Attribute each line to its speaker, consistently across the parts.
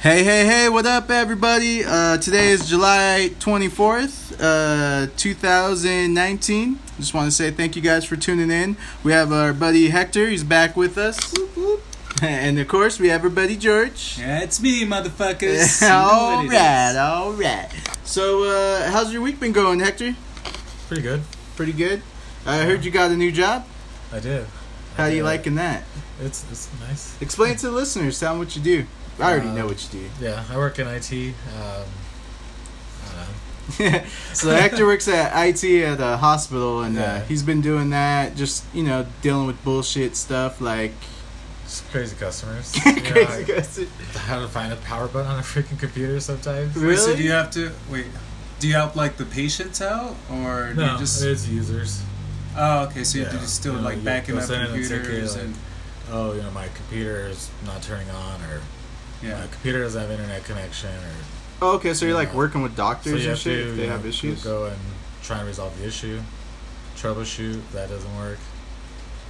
Speaker 1: Hey, hey, hey, what up, everybody? Uh, today is July 24th, uh, 2019. Just want to say thank you guys for tuning in. We have our buddy Hector, he's back with us. And of course, we have our buddy George.
Speaker 2: That's me, motherfuckers. You know
Speaker 1: all
Speaker 2: what it
Speaker 1: right,
Speaker 2: is.
Speaker 1: all right. So, uh, how's your week been going, Hector?
Speaker 3: Pretty good.
Speaker 1: Pretty good. I heard you got a new job.
Speaker 3: I did.
Speaker 1: How
Speaker 3: I
Speaker 1: you
Speaker 3: did.
Speaker 1: liking that?
Speaker 3: It's it's nice.
Speaker 1: Explain to the listeners. Tell them what you do. I already
Speaker 3: Uh,
Speaker 1: know what you do.
Speaker 3: Yeah, I work in IT. Um, I don't know.
Speaker 1: so Hector works at IT at a hospital, and uh,
Speaker 3: Yeah.
Speaker 1: he's been doing that, just you know, dealing with bullshit stuff like
Speaker 3: Just crazy customers. You know,
Speaker 1: crazy
Speaker 3: I-
Speaker 1: guys.
Speaker 3: how to find a power button on a freaking computer sometimes.
Speaker 1: Really?
Speaker 2: Wait, so do you have to wait? Do you help like the patients out, or do
Speaker 3: No,
Speaker 2: you just?
Speaker 3: it's users.
Speaker 2: oh, okay. So you have to
Speaker 3: Yeah,
Speaker 2: just still
Speaker 3: you know,
Speaker 2: like
Speaker 3: you-
Speaker 2: backing
Speaker 3: you'll
Speaker 2: up
Speaker 3: send in a ticket,
Speaker 2: computers
Speaker 3: like-
Speaker 2: and
Speaker 3: Oh, you know my computer is not turning on, or
Speaker 2: yeah.
Speaker 3: my computer doesn't have internet connection, or
Speaker 1: Oh, okay, so you're like
Speaker 3: Yeah.
Speaker 1: working with
Speaker 3: so
Speaker 1: doctors
Speaker 3: you
Speaker 1: and
Speaker 3: have
Speaker 1: shit
Speaker 3: to
Speaker 1: if they
Speaker 3: you know,
Speaker 1: have issues.
Speaker 3: Go and try and resolve the issue. Troubleshoot. if That doesn't work.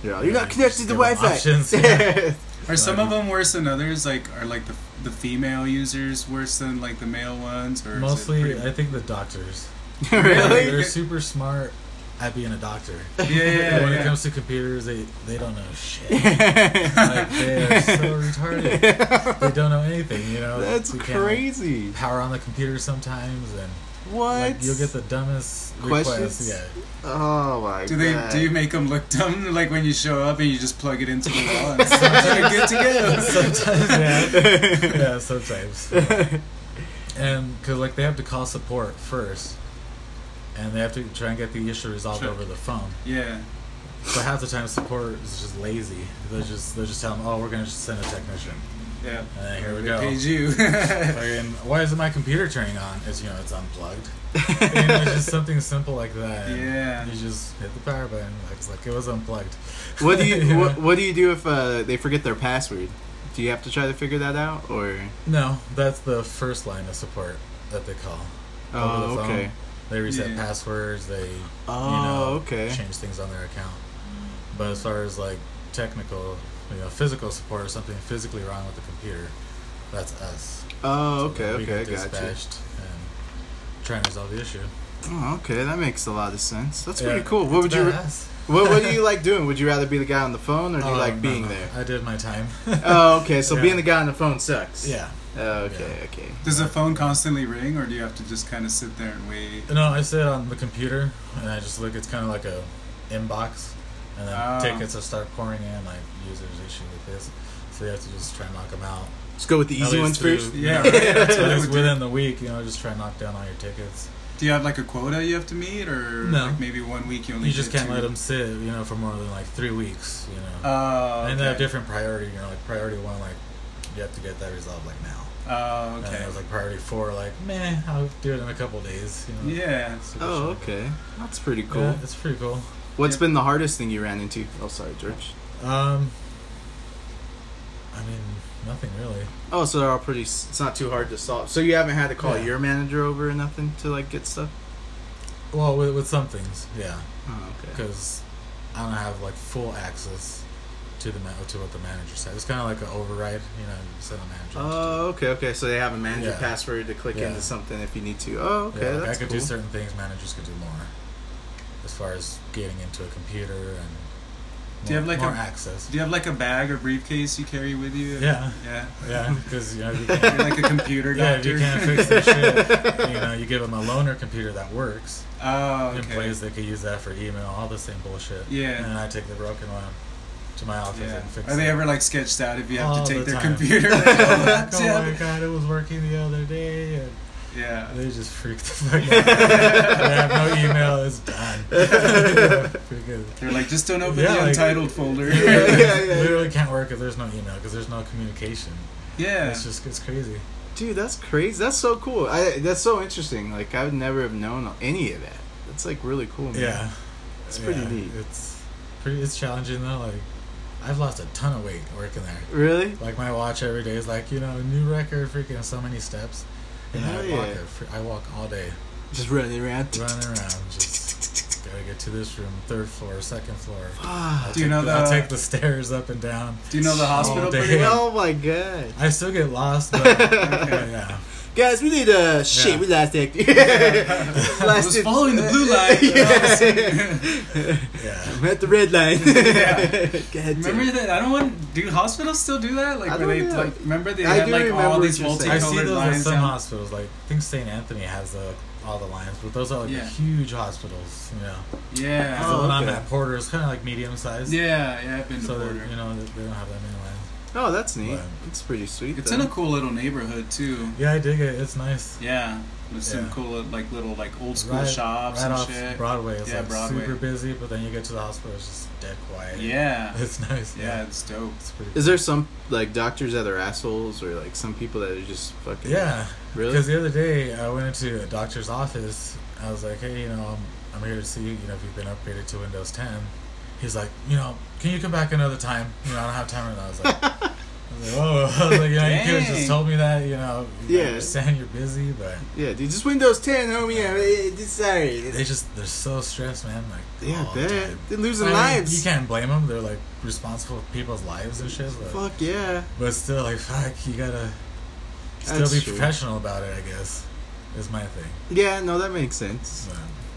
Speaker 1: Yeah, you're
Speaker 3: Yeah,
Speaker 1: not
Speaker 3: you
Speaker 1: connected to
Speaker 3: just
Speaker 1: the
Speaker 3: give 'em
Speaker 1: Wi-Fi.
Speaker 3: options, yeah.
Speaker 2: Are some
Speaker 3: like-
Speaker 2: of them worse than others? Like, are like the the female users worse than like the male ones, or is it
Speaker 3: Mostly,
Speaker 2: pretty-
Speaker 3: I think the doctors.
Speaker 1: really?
Speaker 3: They're super smart at being a doctor.
Speaker 2: yeah, yeah,
Speaker 3: when
Speaker 2: yeah.
Speaker 3: it comes to computers, they, they don't know shit. like, they are so retarded. They don't know anything, you know?
Speaker 1: That's
Speaker 3: You can't, like,
Speaker 1: crazy.
Speaker 3: power on the computer sometimes, and
Speaker 1: What?
Speaker 3: like, you'll get the dumbest
Speaker 1: Questions?
Speaker 3: requests. Yeah.
Speaker 1: oh my
Speaker 2: do they
Speaker 1: god.
Speaker 2: do you make them look dumb? Like when you show up and you just plug it into the wall and it's like, good to go.
Speaker 3: Sometimes, yeah. yeah, sometimes. And because like they have to call support first, and they have to try and get the issue resolved
Speaker 2: Sure.
Speaker 3: over the phone.
Speaker 2: Yeah.
Speaker 3: So half the time, support is just lazy. They just they just tell them, oh, we're gonna just send a technician.
Speaker 2: Yeah.
Speaker 3: And then here we
Speaker 2: They
Speaker 3: go.
Speaker 2: paid you.
Speaker 3: Fucking, why isn't my computer turning on? It's you know it's unplugged. and it's just something simple like that.
Speaker 2: Yeah.
Speaker 3: You just hit the power button. Like, it's like it was unplugged.
Speaker 1: what do you
Speaker 3: know?
Speaker 1: what, what do you do if uh, they forget their password? Do you have to try to figure that out or?
Speaker 3: No, that's the first line of support that they call. Over
Speaker 1: Oh
Speaker 3: the phone.
Speaker 1: okay.
Speaker 3: They reset
Speaker 2: Yeah.
Speaker 3: passwords. They
Speaker 1: Oh
Speaker 3: you know
Speaker 1: okay.
Speaker 3: change things on their account. But as far as like technical, you know, physical support or something physically wrong with the computer, that's us.
Speaker 1: Oh
Speaker 3: So
Speaker 1: okay
Speaker 3: we
Speaker 1: okay
Speaker 3: get
Speaker 1: gotcha.
Speaker 3: dispatched And try and resolve the issue.
Speaker 1: Oh, okay, that makes a lot of sense. That's
Speaker 3: Yeah.
Speaker 1: pretty cool. What would
Speaker 3: It's
Speaker 1: you
Speaker 3: badass.
Speaker 1: what What do you like doing? Would you rather be the guy on the phone or do you
Speaker 3: Oh,
Speaker 1: like
Speaker 3: no,
Speaker 1: being
Speaker 3: no.
Speaker 1: there?
Speaker 3: I did my time.
Speaker 1: Oh, okay. So
Speaker 3: Yeah.
Speaker 1: being the guy on the phone sucks.
Speaker 3: yeah.
Speaker 1: Oh, okay. Okay.
Speaker 2: Does the phone constantly ring, or do you have to just kind of sit there and wait?
Speaker 3: No, I sit on the computer and I just look. It's kind of like a inbox, and then
Speaker 2: Ah.
Speaker 3: tickets will start pouring in. Like users issue with this, so you have to just try and knock them out.
Speaker 1: Let's go with the
Speaker 3: At
Speaker 1: easy
Speaker 3: least
Speaker 1: ones
Speaker 3: through-
Speaker 1: first.
Speaker 2: Yeah,
Speaker 3: no,
Speaker 2: right, that's
Speaker 3: at
Speaker 2: what I
Speaker 3: least
Speaker 2: would do.
Speaker 3: within the week, you know, just try and knock down all your tickets.
Speaker 2: Do you have like a quota you have to meet, or
Speaker 3: No.
Speaker 2: like maybe one week you only
Speaker 3: You just
Speaker 2: get
Speaker 3: can't
Speaker 2: two?
Speaker 3: let them sit, you know, for more than like three weeks, you know.
Speaker 2: Oh, okay.
Speaker 3: And they have different priority. You know, like priority one, like you have to get that resolved like now.
Speaker 2: Oh,
Speaker 3: And
Speaker 2: okay.
Speaker 3: it was like priority four, like meh, I'll do it in a couple days. You know?
Speaker 2: Yeah.
Speaker 3: Super
Speaker 1: Oh,
Speaker 3: shit.
Speaker 1: okay. That's pretty cool.
Speaker 3: Yeah, it's pretty cool.
Speaker 1: What's
Speaker 2: Yeah.
Speaker 1: been the hardest thing you ran into? Oh, sorry, George.
Speaker 3: Um, I mean, nothing really.
Speaker 1: Oh, so they're all pretty. s- It's not too hard to solve. So you haven't had to call
Speaker 3: Yeah.
Speaker 1: your manager over or nothing to like get stuff.
Speaker 3: Well, with, with some things, yeah,
Speaker 1: Oh, okay.
Speaker 3: because I don't have like full access to the ma- to what the manager said. It's kind of like an override, you know, send the manager.
Speaker 1: Oh, okay, okay. So they have a manager
Speaker 3: Yeah.
Speaker 1: password to click
Speaker 3: Yeah.
Speaker 1: into something if you need to. Oh,
Speaker 3: Yeah,
Speaker 1: okay,
Speaker 3: like,
Speaker 1: that's
Speaker 3: I could
Speaker 1: cool.
Speaker 3: do certain things. Managers could do more, as far as getting into a computer and more,
Speaker 2: Do you have, like,
Speaker 3: more
Speaker 2: a-
Speaker 3: access?
Speaker 2: Do you have like a bag or briefcase you carry with you?
Speaker 3: Yeah,
Speaker 2: Yeah.
Speaker 3: yeah, because you know if you
Speaker 2: You're
Speaker 3: can't,
Speaker 2: like a computer
Speaker 3: yeah, if
Speaker 2: doctor.
Speaker 3: you can't fix their shit, you know, you give them a loaner computer that works.
Speaker 2: oh,
Speaker 3: in
Speaker 2: okay.
Speaker 3: place they could use that for email, all the same bullshit.
Speaker 2: Yeah.
Speaker 3: And then I take the broken one to my office
Speaker 2: Yeah.
Speaker 3: and fix it.
Speaker 2: Are they ever like sketched out if you have
Speaker 3: All
Speaker 2: to take
Speaker 3: the
Speaker 2: their
Speaker 3: time.
Speaker 2: computer? Like,
Speaker 3: oh,
Speaker 2: oh, yeah.
Speaker 3: my god, it was working the other day. And
Speaker 2: yeah.
Speaker 3: they just freaked the fuck out. they have no email, it's done. yeah, freaking-
Speaker 2: They're like, just don't open
Speaker 3: Yeah,
Speaker 2: the
Speaker 3: like-
Speaker 2: untitled folder.
Speaker 1: Yeah, yeah, yeah.
Speaker 3: Literally can't work if there's no email because there's no communication.
Speaker 2: Yeah.
Speaker 3: It's just it's crazy.
Speaker 1: Dude, that's crazy. That's so cool. I that's so interesting. Like I would never have known any of that. That's like really
Speaker 2: Oh,
Speaker 1: cool. Man.
Speaker 3: Yeah,
Speaker 1: It's pretty
Speaker 3: Yeah,
Speaker 1: neat.
Speaker 3: It's pretty. It's challenging though. Like I've lost a ton of weight working there.
Speaker 1: Really?
Speaker 3: Like my watch every day is like you know new record, freaking so many steps. And I
Speaker 1: Hell
Speaker 3: walk
Speaker 1: yeah.
Speaker 3: it, fr- I walk all day
Speaker 1: Just running around.
Speaker 3: running around. Just Gotta get to this room, third floor, second floor.
Speaker 1: Ah,
Speaker 3: I'll
Speaker 2: Do you
Speaker 3: take
Speaker 2: know
Speaker 3: the, I'll
Speaker 2: the-
Speaker 3: take the stairs up and down.
Speaker 2: Do you know the hospital
Speaker 3: day.
Speaker 2: pretty well?
Speaker 1: oh my god.
Speaker 3: I still get lost, but but
Speaker 2: Okay.
Speaker 3: yeah.
Speaker 1: Guys, we need a uh, shit.
Speaker 3: Yeah.
Speaker 1: We last acted.
Speaker 2: I was following the blue line.
Speaker 3: Yeah.
Speaker 1: I'm at the red line.
Speaker 2: Yeah.
Speaker 1: God damn.
Speaker 2: Remember that? I don't want. Do hospitals still do that?
Speaker 1: I
Speaker 2: Like
Speaker 1: don't
Speaker 2: where they
Speaker 1: know.
Speaker 2: like remember they
Speaker 1: I
Speaker 2: had
Speaker 1: do
Speaker 2: like
Speaker 1: remember
Speaker 2: all
Speaker 1: what
Speaker 2: these
Speaker 1: you're saying.
Speaker 3: I
Speaker 2: multicolored
Speaker 3: see those at
Speaker 2: lines.
Speaker 3: some
Speaker 2: down-
Speaker 3: hospitals. Like, I think St. Anthony has the, all the lines, but those are like
Speaker 2: Yeah.
Speaker 3: huge hospitals, you know.
Speaker 2: Yeah.
Speaker 3: the
Speaker 1: Oh,
Speaker 3: one I'm
Speaker 1: okay.
Speaker 3: at Porter is kind of like medium sized.
Speaker 2: Yeah, yeah, I've been
Speaker 3: So,
Speaker 2: to
Speaker 3: they're-
Speaker 2: Porter.
Speaker 3: you know, they, they don't have that many lines.
Speaker 1: Oh, that's neat.
Speaker 3: Right.
Speaker 1: It's pretty sweet.
Speaker 2: It's
Speaker 1: though.
Speaker 2: in a cool little neighborhood too.
Speaker 3: Yeah, I dig it. It's nice.
Speaker 2: Yeah, there's some
Speaker 3: Yeah.
Speaker 2: cool like little like old school shops
Speaker 3: right
Speaker 2: and
Speaker 3: off
Speaker 2: shit.
Speaker 3: Broadway. It's
Speaker 2: Yeah,
Speaker 3: like
Speaker 2: Broadway.
Speaker 3: super busy, but then you get to the hospital, it's just dead quiet.
Speaker 2: Yeah,
Speaker 3: It's nice.
Speaker 2: yeah, it's dope.
Speaker 3: It's pretty
Speaker 1: Is there some like doctors that are assholes or like some people that are just fucking
Speaker 3: Yeah.
Speaker 1: really?
Speaker 3: Because the other day I went into a doctor's office. I was like, hey, you know, I'm, I'm here to see you, you know, if you've been upgraded to Windows 10. He's like, you know, can you come back another time? You know, I don't have time right now. I was like, I was like, whoa. I was like, you know, you could have
Speaker 2: Dang.
Speaker 3: just told me that, you know.
Speaker 1: Yeah.
Speaker 3: I understand you're busy, but
Speaker 1: Yeah, dude, just Windows 10, homie. I mean, it's- sorry.
Speaker 3: they just, they're so stressed, man. Like,
Speaker 1: yeah,
Speaker 3: all the
Speaker 1: they're,
Speaker 3: time.
Speaker 1: they're losing
Speaker 3: I mean, You
Speaker 1: lives.
Speaker 3: can't blame them. They're like responsible for people's lives and shit. But,
Speaker 1: Fuck yeah.
Speaker 3: but still, like, fuck, you gotta still
Speaker 1: That's
Speaker 3: be
Speaker 1: true.
Speaker 3: professional about it. I guess is my thing.
Speaker 1: Yeah, no, that makes sense.
Speaker 3: So,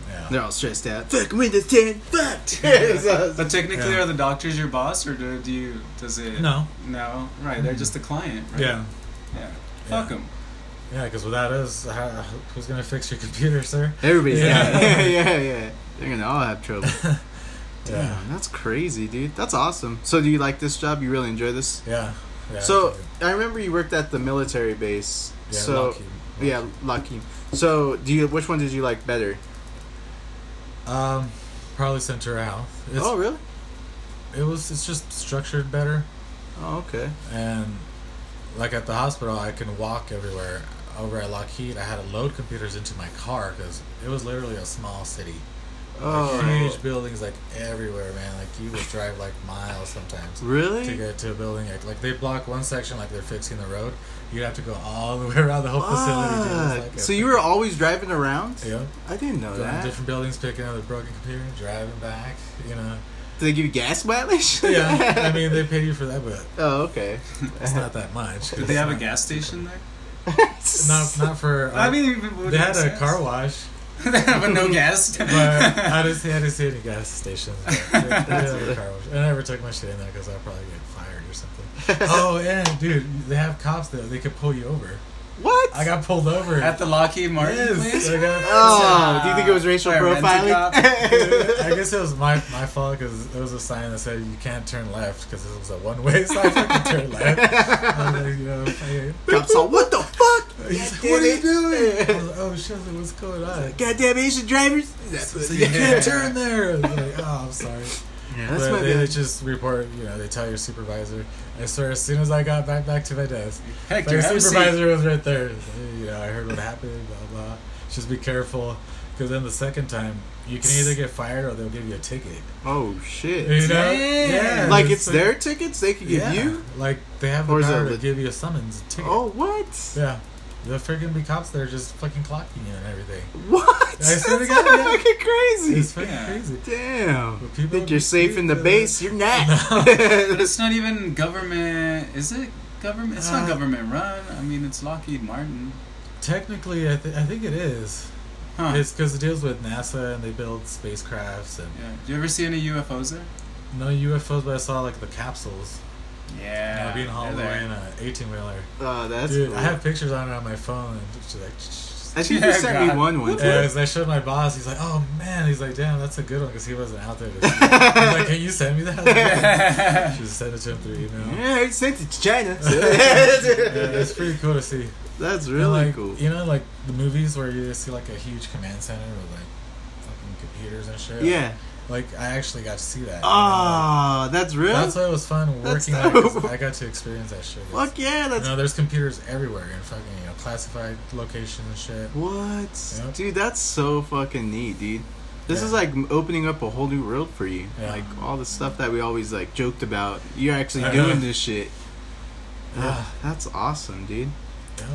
Speaker 3: yeah.
Speaker 1: They're all stressed out. Fuck Windows 10. Fuck. So-
Speaker 2: But technically,
Speaker 3: Yeah.
Speaker 2: are the doctors your boss, or do, do you? Does it?
Speaker 3: No.
Speaker 2: No. Right. They're just a client. Right?
Speaker 3: Yeah.
Speaker 2: Yeah. Fuck them.
Speaker 3: Yeah, because without us, how, who's gonna fix your computer, sir?
Speaker 1: Everybody's
Speaker 3: Yeah.
Speaker 1: got it. yeah, yeah. They're gonna all have trouble.
Speaker 3: Yeah.
Speaker 1: Damn, that's crazy, dude. That's awesome. So, do you like this job? You really enjoy this?
Speaker 3: Yeah. yeah
Speaker 1: So, I remember you worked at the military base.
Speaker 3: yeah,
Speaker 1: so,
Speaker 3: Lockheed.
Speaker 1: yeah, Lockheed. So, do you? Which one did you like better?
Speaker 3: Um, probably Centura Health. It's,
Speaker 1: oh, really?
Speaker 3: It was. It's just structured better,
Speaker 1: Oh, okay.
Speaker 3: and like at the hospital, I can walk everywhere. Over at Lockheed, I had to load computers into my car because it was literally a small city.
Speaker 1: Oh,
Speaker 3: Like, huge buildings like everywhere, man. Like you would drive like miles sometimes to
Speaker 1: really?
Speaker 3: get to a building. Like, like they block one section, like they're fixing the road. You'd have to go all the way around the whole facility. dude. It was,
Speaker 1: Fuck.
Speaker 3: like, a-
Speaker 1: so you were always driving around?
Speaker 3: yeah,
Speaker 1: I didn't know
Speaker 3: going to
Speaker 1: that.
Speaker 3: different buildings, picking up the broken computer, driving back. You know,
Speaker 1: Did they give you gas mileage?
Speaker 3: yeah. I mean, they paid you for that, but
Speaker 1: Oh, okay.
Speaker 3: it's not that much.
Speaker 2: Did they have a gas station there?
Speaker 3: Not not for. uh,
Speaker 2: I mean, it would
Speaker 3: they
Speaker 2: make
Speaker 3: had a
Speaker 2: sense.
Speaker 3: car wash,
Speaker 2: they have a no gas.
Speaker 3: but I didn't see I didn't see any gas stations. but They, they did have a car wash. I never took my shit in there because I'd probably get fired or something. oh yeah, dude, they have cops though. They could pull you over.
Speaker 1: What?
Speaker 3: I got pulled over
Speaker 2: At the Lockheed Martin
Speaker 3: Yes,
Speaker 2: place?
Speaker 3: I got-
Speaker 1: Oh, do you think it was racial
Speaker 2: By a rented
Speaker 1: profiling?
Speaker 3: I guess it was my my fault because there was a sign that said you can't turn left because it was a one way, so I fucking turned left. I was like, you know, I-
Speaker 1: Cops all, what the fuck?
Speaker 3: He's like,
Speaker 1: damn
Speaker 3: what are
Speaker 1: it."
Speaker 3: you doing? I was like, oh shit, I was like, what's going on?
Speaker 1: Goddamn Asian drivers.
Speaker 3: So it's like, you can't turn there. I was like, oh, I'm sorry.
Speaker 1: that's
Speaker 3: but
Speaker 1: my
Speaker 3: they, they
Speaker 1: bad.
Speaker 3: just report, you know, they tell your supervisor. I swear, as soon as I got back back to my desk,
Speaker 2: Hector,
Speaker 3: my
Speaker 2: have a seat.
Speaker 3: supervisor was right there. He's like, You know, I heard what happened, blah, blah. Just be careful. Because then the second time, you can either get fired or they'll give you a ticket.
Speaker 1: Oh
Speaker 3: You
Speaker 1: shit!
Speaker 3: know?
Speaker 2: Damn.
Speaker 3: Yeah.
Speaker 1: Like it's
Speaker 3: like-
Speaker 1: their tickets they could give
Speaker 3: yeah.
Speaker 1: you.
Speaker 3: Like they have
Speaker 1: Or is
Speaker 3: the power
Speaker 1: that
Speaker 3: to
Speaker 1: the-
Speaker 3: give you a summons a ticket.
Speaker 1: Oh what?
Speaker 3: Yeah. The freaking be cops that are just fucking clocking you and everything.
Speaker 1: What?
Speaker 3: I
Speaker 1: That's
Speaker 3: swear to God, yeah.
Speaker 1: fucking
Speaker 3: It's
Speaker 1: crazy.
Speaker 3: fucking
Speaker 2: Yeah.
Speaker 3: crazy.
Speaker 1: Damn.
Speaker 3: But people
Speaker 1: Think you're safe in the
Speaker 3: Yeah.
Speaker 1: base? You're not.
Speaker 2: But it's not even government. Is it government? It's
Speaker 3: Uh,
Speaker 2: not government run. I mean, it's Lockheed Martin.
Speaker 3: Technically, I, th- I think it is.
Speaker 2: Huh.
Speaker 3: It's because it deals with NASA and they build spacecrafts and
Speaker 2: yeah. Do you ever see any UFOs there?
Speaker 3: no UFOs, but I saw like the capsules.
Speaker 2: Yeah.
Speaker 3: Yeah, being
Speaker 2: they're
Speaker 3: hauled
Speaker 2: there.
Speaker 3: away in a 18 wheeler.
Speaker 1: Oh, that's
Speaker 3: Dude,
Speaker 1: cool.
Speaker 3: I have pictures on it on my phone. And it's just like,
Speaker 1: I think you
Speaker 2: Yeah,
Speaker 1: sent me
Speaker 2: God.
Speaker 1: one one
Speaker 3: Yeah,
Speaker 1: time.
Speaker 3: 'cause I showed my boss. He's like, "Oh man," he's like, "Damn, that's a good one," because he wasn't out there. To see. it. He's like, "Can you send me that?" I was like, "Yeah." Should send it to him through email.
Speaker 1: Yeah, I sent it to China.
Speaker 3: Yeah, it's pretty cool to see.
Speaker 1: That's
Speaker 3: And,
Speaker 1: really
Speaker 3: like,
Speaker 1: cool.
Speaker 3: You know, like the movies where you see like a huge command center with like fucking computers and shit.
Speaker 1: Yeah.
Speaker 3: Like I actually got to see that. you know,
Speaker 1: Oh,
Speaker 3: like,
Speaker 1: that's real.
Speaker 3: that's why it was fun
Speaker 1: That's
Speaker 3: working. Like, 'cause
Speaker 1: dope.
Speaker 3: I got to experience that shit. 'Cause,
Speaker 1: Fuck yeah,
Speaker 3: You
Speaker 1: that's
Speaker 3: know, there's computers everywhere in fucking you know classified locations and shit.
Speaker 1: What?
Speaker 3: Yep.
Speaker 1: Dude, that's so fucking neat, dude. This is
Speaker 3: Yeah.
Speaker 1: like m- opening up a whole new world for you.
Speaker 3: Yeah.
Speaker 1: Like all the stuff that we always like joked about. You're actually
Speaker 3: I know.
Speaker 1: doing this shit.
Speaker 3: Yeah.
Speaker 1: Ah, that's awesome, dude.
Speaker 3: Yeah.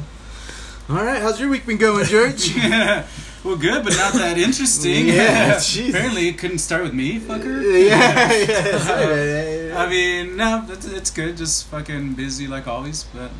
Speaker 1: All right, how's your week been going, George?
Speaker 2: yeah. Well, good, but not that interesting.
Speaker 1: Yeah, jeez.
Speaker 2: Apparently, it couldn't start with me, fucker.
Speaker 1: yeah, yeah, sorry, yeah, yeah.
Speaker 2: I mean, no, that's, it's good. Just fucking busy like always, but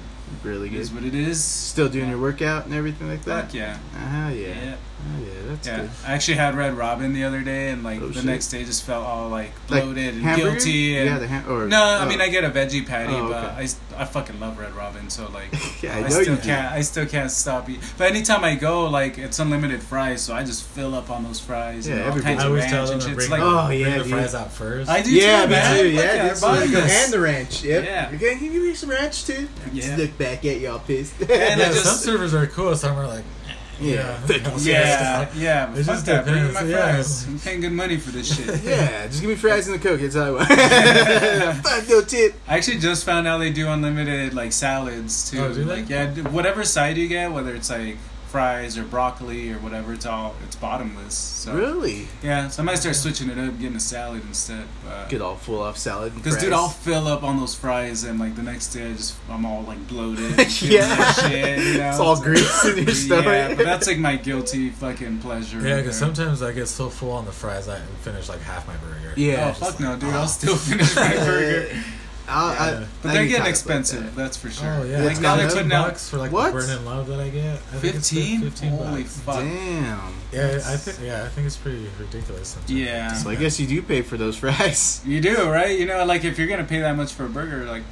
Speaker 1: really
Speaker 2: it
Speaker 1: good.
Speaker 2: is what it is.
Speaker 1: Still doing your workout and everything like that.
Speaker 2: Fuck yeah.
Speaker 1: Ah, yeah.
Speaker 2: Yeah.
Speaker 1: Ah, yeah, that's
Speaker 2: yeah.
Speaker 1: good.
Speaker 2: I actually had Red Robin the other day, and like
Speaker 1: Oh,
Speaker 2: the
Speaker 1: shit.
Speaker 2: next day just felt all like
Speaker 1: Like
Speaker 2: bloated and
Speaker 1: hamburger?
Speaker 2: guilty. And
Speaker 1: Yeah, the ham- or
Speaker 2: no, I
Speaker 1: oh.
Speaker 2: mean I get a veggie patty,
Speaker 1: Oh,
Speaker 2: but
Speaker 1: okay.
Speaker 2: I, s- I fucking love Red Robin, so like
Speaker 1: yeah,
Speaker 2: I,
Speaker 1: I know
Speaker 2: still
Speaker 1: you do.
Speaker 2: can't I still can't stop eating. But anytime I go, like it's unlimited fries, so I just fill up on those fries.
Speaker 1: Yeah,
Speaker 2: and all
Speaker 1: everybody-
Speaker 2: kinds
Speaker 3: I
Speaker 2: of
Speaker 3: always
Speaker 2: ranch
Speaker 3: tell them
Speaker 2: and
Speaker 3: to
Speaker 2: shit.
Speaker 3: bring,
Speaker 2: It's like
Speaker 1: Oh,
Speaker 3: bring
Speaker 1: yeah,
Speaker 3: the
Speaker 1: dude.
Speaker 3: fries out first.
Speaker 2: I do
Speaker 1: yeah,
Speaker 2: too,
Speaker 1: me too.
Speaker 2: man. Fuck
Speaker 1: Yeah, dude,
Speaker 2: they're
Speaker 1: so they
Speaker 2: buying
Speaker 1: go
Speaker 2: this.
Speaker 1: and the ranch. Yep.
Speaker 2: Yeah.
Speaker 1: You can give me some ranch too.
Speaker 2: Yeah.
Speaker 1: Just look back at y'all pissed.
Speaker 2: And
Speaker 3: yeah,
Speaker 2: I
Speaker 3: some
Speaker 2: just-
Speaker 3: servers are cool. Some are like, eh.
Speaker 1: Yeah.
Speaker 3: yeah,
Speaker 2: Yeah, yeah.
Speaker 3: It
Speaker 2: But fuck
Speaker 3: just
Speaker 2: that. Bring me my
Speaker 3: depends, yeah.
Speaker 2: fries. I'm paying good money for this shit.
Speaker 1: yeah, just give me fries and a coke. That's how I want. Fuck no tip.
Speaker 2: I actually just found out they do unlimited like salads too.
Speaker 3: Oh, do they?
Speaker 2: Like yeah, d- whatever side you get, whether it's like fries or broccoli or whatever, it's all it's bottomless. So
Speaker 1: Really?
Speaker 2: yeah, so I might start switching it up, getting a salad instead.
Speaker 1: Get all full off salad. and
Speaker 2: Because dude,
Speaker 1: fries.
Speaker 2: I'll fill up on those fries and like the next day, I just I'm all like bloated. and
Speaker 1: Yeah.
Speaker 2: shit, you know?
Speaker 1: It's all grease in your stomach.
Speaker 2: Yeah, but that's like my guilty fucking pleasure.
Speaker 3: Yeah,
Speaker 2: right
Speaker 3: because
Speaker 2: there.
Speaker 3: sometimes I get so full on the fries I finish like half my burger.
Speaker 1: Yeah.
Speaker 2: Oh fuck no, dude! I'll still finish my burger.
Speaker 1: I'll, I-
Speaker 3: Yeah.
Speaker 2: But
Speaker 1: I
Speaker 2: they're
Speaker 1: get
Speaker 2: getting
Speaker 1: tired
Speaker 2: expensive,
Speaker 1: Like
Speaker 2: that's for sure.
Speaker 3: Oh yeah,
Speaker 2: like
Speaker 3: it's
Speaker 2: now
Speaker 3: got
Speaker 2: they're
Speaker 3: 15
Speaker 2: putting out
Speaker 3: bucks for like
Speaker 1: What?
Speaker 3: the burn and love that I get. I think it's
Speaker 2: 15?
Speaker 3: 15
Speaker 2: Holy
Speaker 3: bucks.
Speaker 1: that.
Speaker 2: fuck.
Speaker 1: Damn.
Speaker 3: Yeah, I think yeah, I think it's pretty ridiculous. Sometimes.
Speaker 2: Yeah.
Speaker 1: So I guess you do pay for those fries.
Speaker 2: You do, right? You know, like if you're gonna pay that much for a burger, like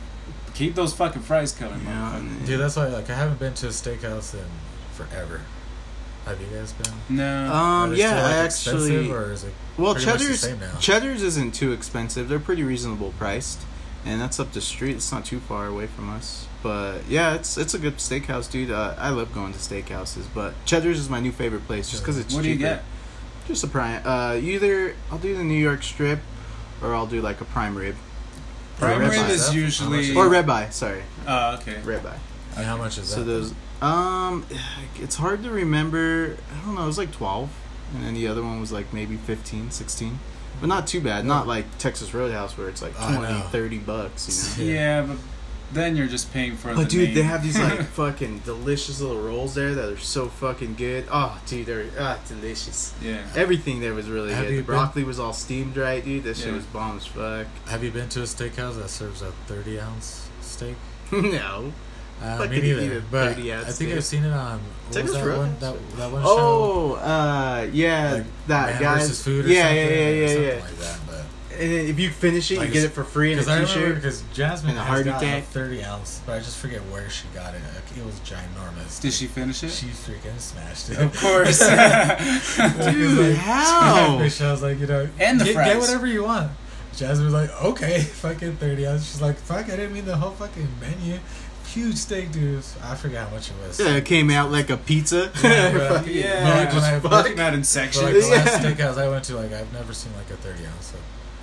Speaker 2: keep those fucking fries coming,
Speaker 1: Yeah,
Speaker 2: motherfucker.
Speaker 1: and-
Speaker 3: dude, that's why like I haven't been to a steakhouse in forever. Have you guys been?
Speaker 2: No.
Speaker 3: Are
Speaker 1: Um,
Speaker 3: they
Speaker 1: yeah,
Speaker 3: still, like,
Speaker 1: I
Speaker 3: expensive,
Speaker 1: actually.
Speaker 3: or is it
Speaker 1: Well,
Speaker 3: pretty much the
Speaker 1: Cheddar's
Speaker 3: same now?
Speaker 1: Cheddar's isn't too expensive. They're pretty reasonable priced, and that's up the street. It's not too far away from us. But yeah, it's it's a good steakhouse, dude. Uh, I love going to steakhouses, but Cheddar's is my new favorite place just because it's
Speaker 2: what do you
Speaker 1: cheaper.
Speaker 2: get?
Speaker 1: Just a prime. Uh, either I'll do the New York strip, or I'll do like a prime rib
Speaker 2: Prime
Speaker 1: rib
Speaker 2: rib
Speaker 1: is
Speaker 2: is
Speaker 3: up.
Speaker 2: usually.
Speaker 1: or ribeye. Sorry,
Speaker 2: Oh, okay.
Speaker 1: ribeye.
Speaker 3: And how much is that?
Speaker 1: So those, um, it's hard to remember. I don't know. It was like twelve, and then the other one was like maybe 15, 16. but not too bad. Not like Texas Roadhouse where it's like
Speaker 3: I
Speaker 1: 20,
Speaker 3: know.
Speaker 1: 30 bucks. You know.
Speaker 2: Yeah. but then you're just paying for. the
Speaker 1: But dude,
Speaker 2: name.
Speaker 1: they have these like fucking delicious little rolls there that are so fucking good. Oh, dude, they're ah delicious.
Speaker 2: yeah.
Speaker 1: Everything there was really
Speaker 3: Have
Speaker 1: good.
Speaker 3: you
Speaker 1: The
Speaker 3: been-
Speaker 1: broccoli was all steamed right, dude. That shit
Speaker 2: Yeah.
Speaker 1: was bomb as fuck.
Speaker 3: Have you been to a steakhouse that serves a 30 ounce steak?
Speaker 1: no.
Speaker 3: Uh,
Speaker 1: Fuck,
Speaker 3: me
Speaker 1: did you
Speaker 3: neither.
Speaker 1: eat a
Speaker 3: but
Speaker 1: 30-ounce
Speaker 3: I think
Speaker 1: steak?
Speaker 3: I've seen it on what
Speaker 1: Texas
Speaker 3: was that
Speaker 1: Roadhouse?
Speaker 3: one? That, that one show.
Speaker 1: Oh, uh, yeah,
Speaker 3: Like,
Speaker 1: that
Speaker 3: Man
Speaker 1: guy.
Speaker 3: versus food or
Speaker 1: yeah, yeah,
Speaker 3: something,
Speaker 1: yeah,
Speaker 3: or
Speaker 1: yeah,
Speaker 3: something
Speaker 1: yeah.
Speaker 3: like that. But
Speaker 1: And then if you finish it,
Speaker 3: Like,
Speaker 1: you get it for free in a
Speaker 3: because I remember
Speaker 1: t-shirt.
Speaker 3: because Jasmine
Speaker 1: And a
Speaker 3: has
Speaker 1: heart
Speaker 3: got a
Speaker 1: attack.
Speaker 3: 30 ounce, but I just forget where she got it. Like, It was ginormous.
Speaker 2: Did she finish it?
Speaker 3: She freaking smashed it.
Speaker 2: of course.
Speaker 1: Dude, how?
Speaker 3: I was like, you know,
Speaker 2: Oh. And the
Speaker 3: get,
Speaker 2: fries.
Speaker 3: get whatever you want. Jasmine was like, okay, fucking 30 ounce. She's like, fuck, I didn't mean the whole fucking menu. Huge steak, dude. I forgot how much it was.
Speaker 1: Yeah, it came out like a pizza.
Speaker 3: Yeah, bro.
Speaker 1: Fucking-
Speaker 2: yeah.
Speaker 3: Like, when I-
Speaker 2: Fucking out in
Speaker 3: But
Speaker 2: sections.
Speaker 3: like the last
Speaker 1: Yeah.
Speaker 3: steakhouse I went to, like I've never seen like a thirty ounce. Like,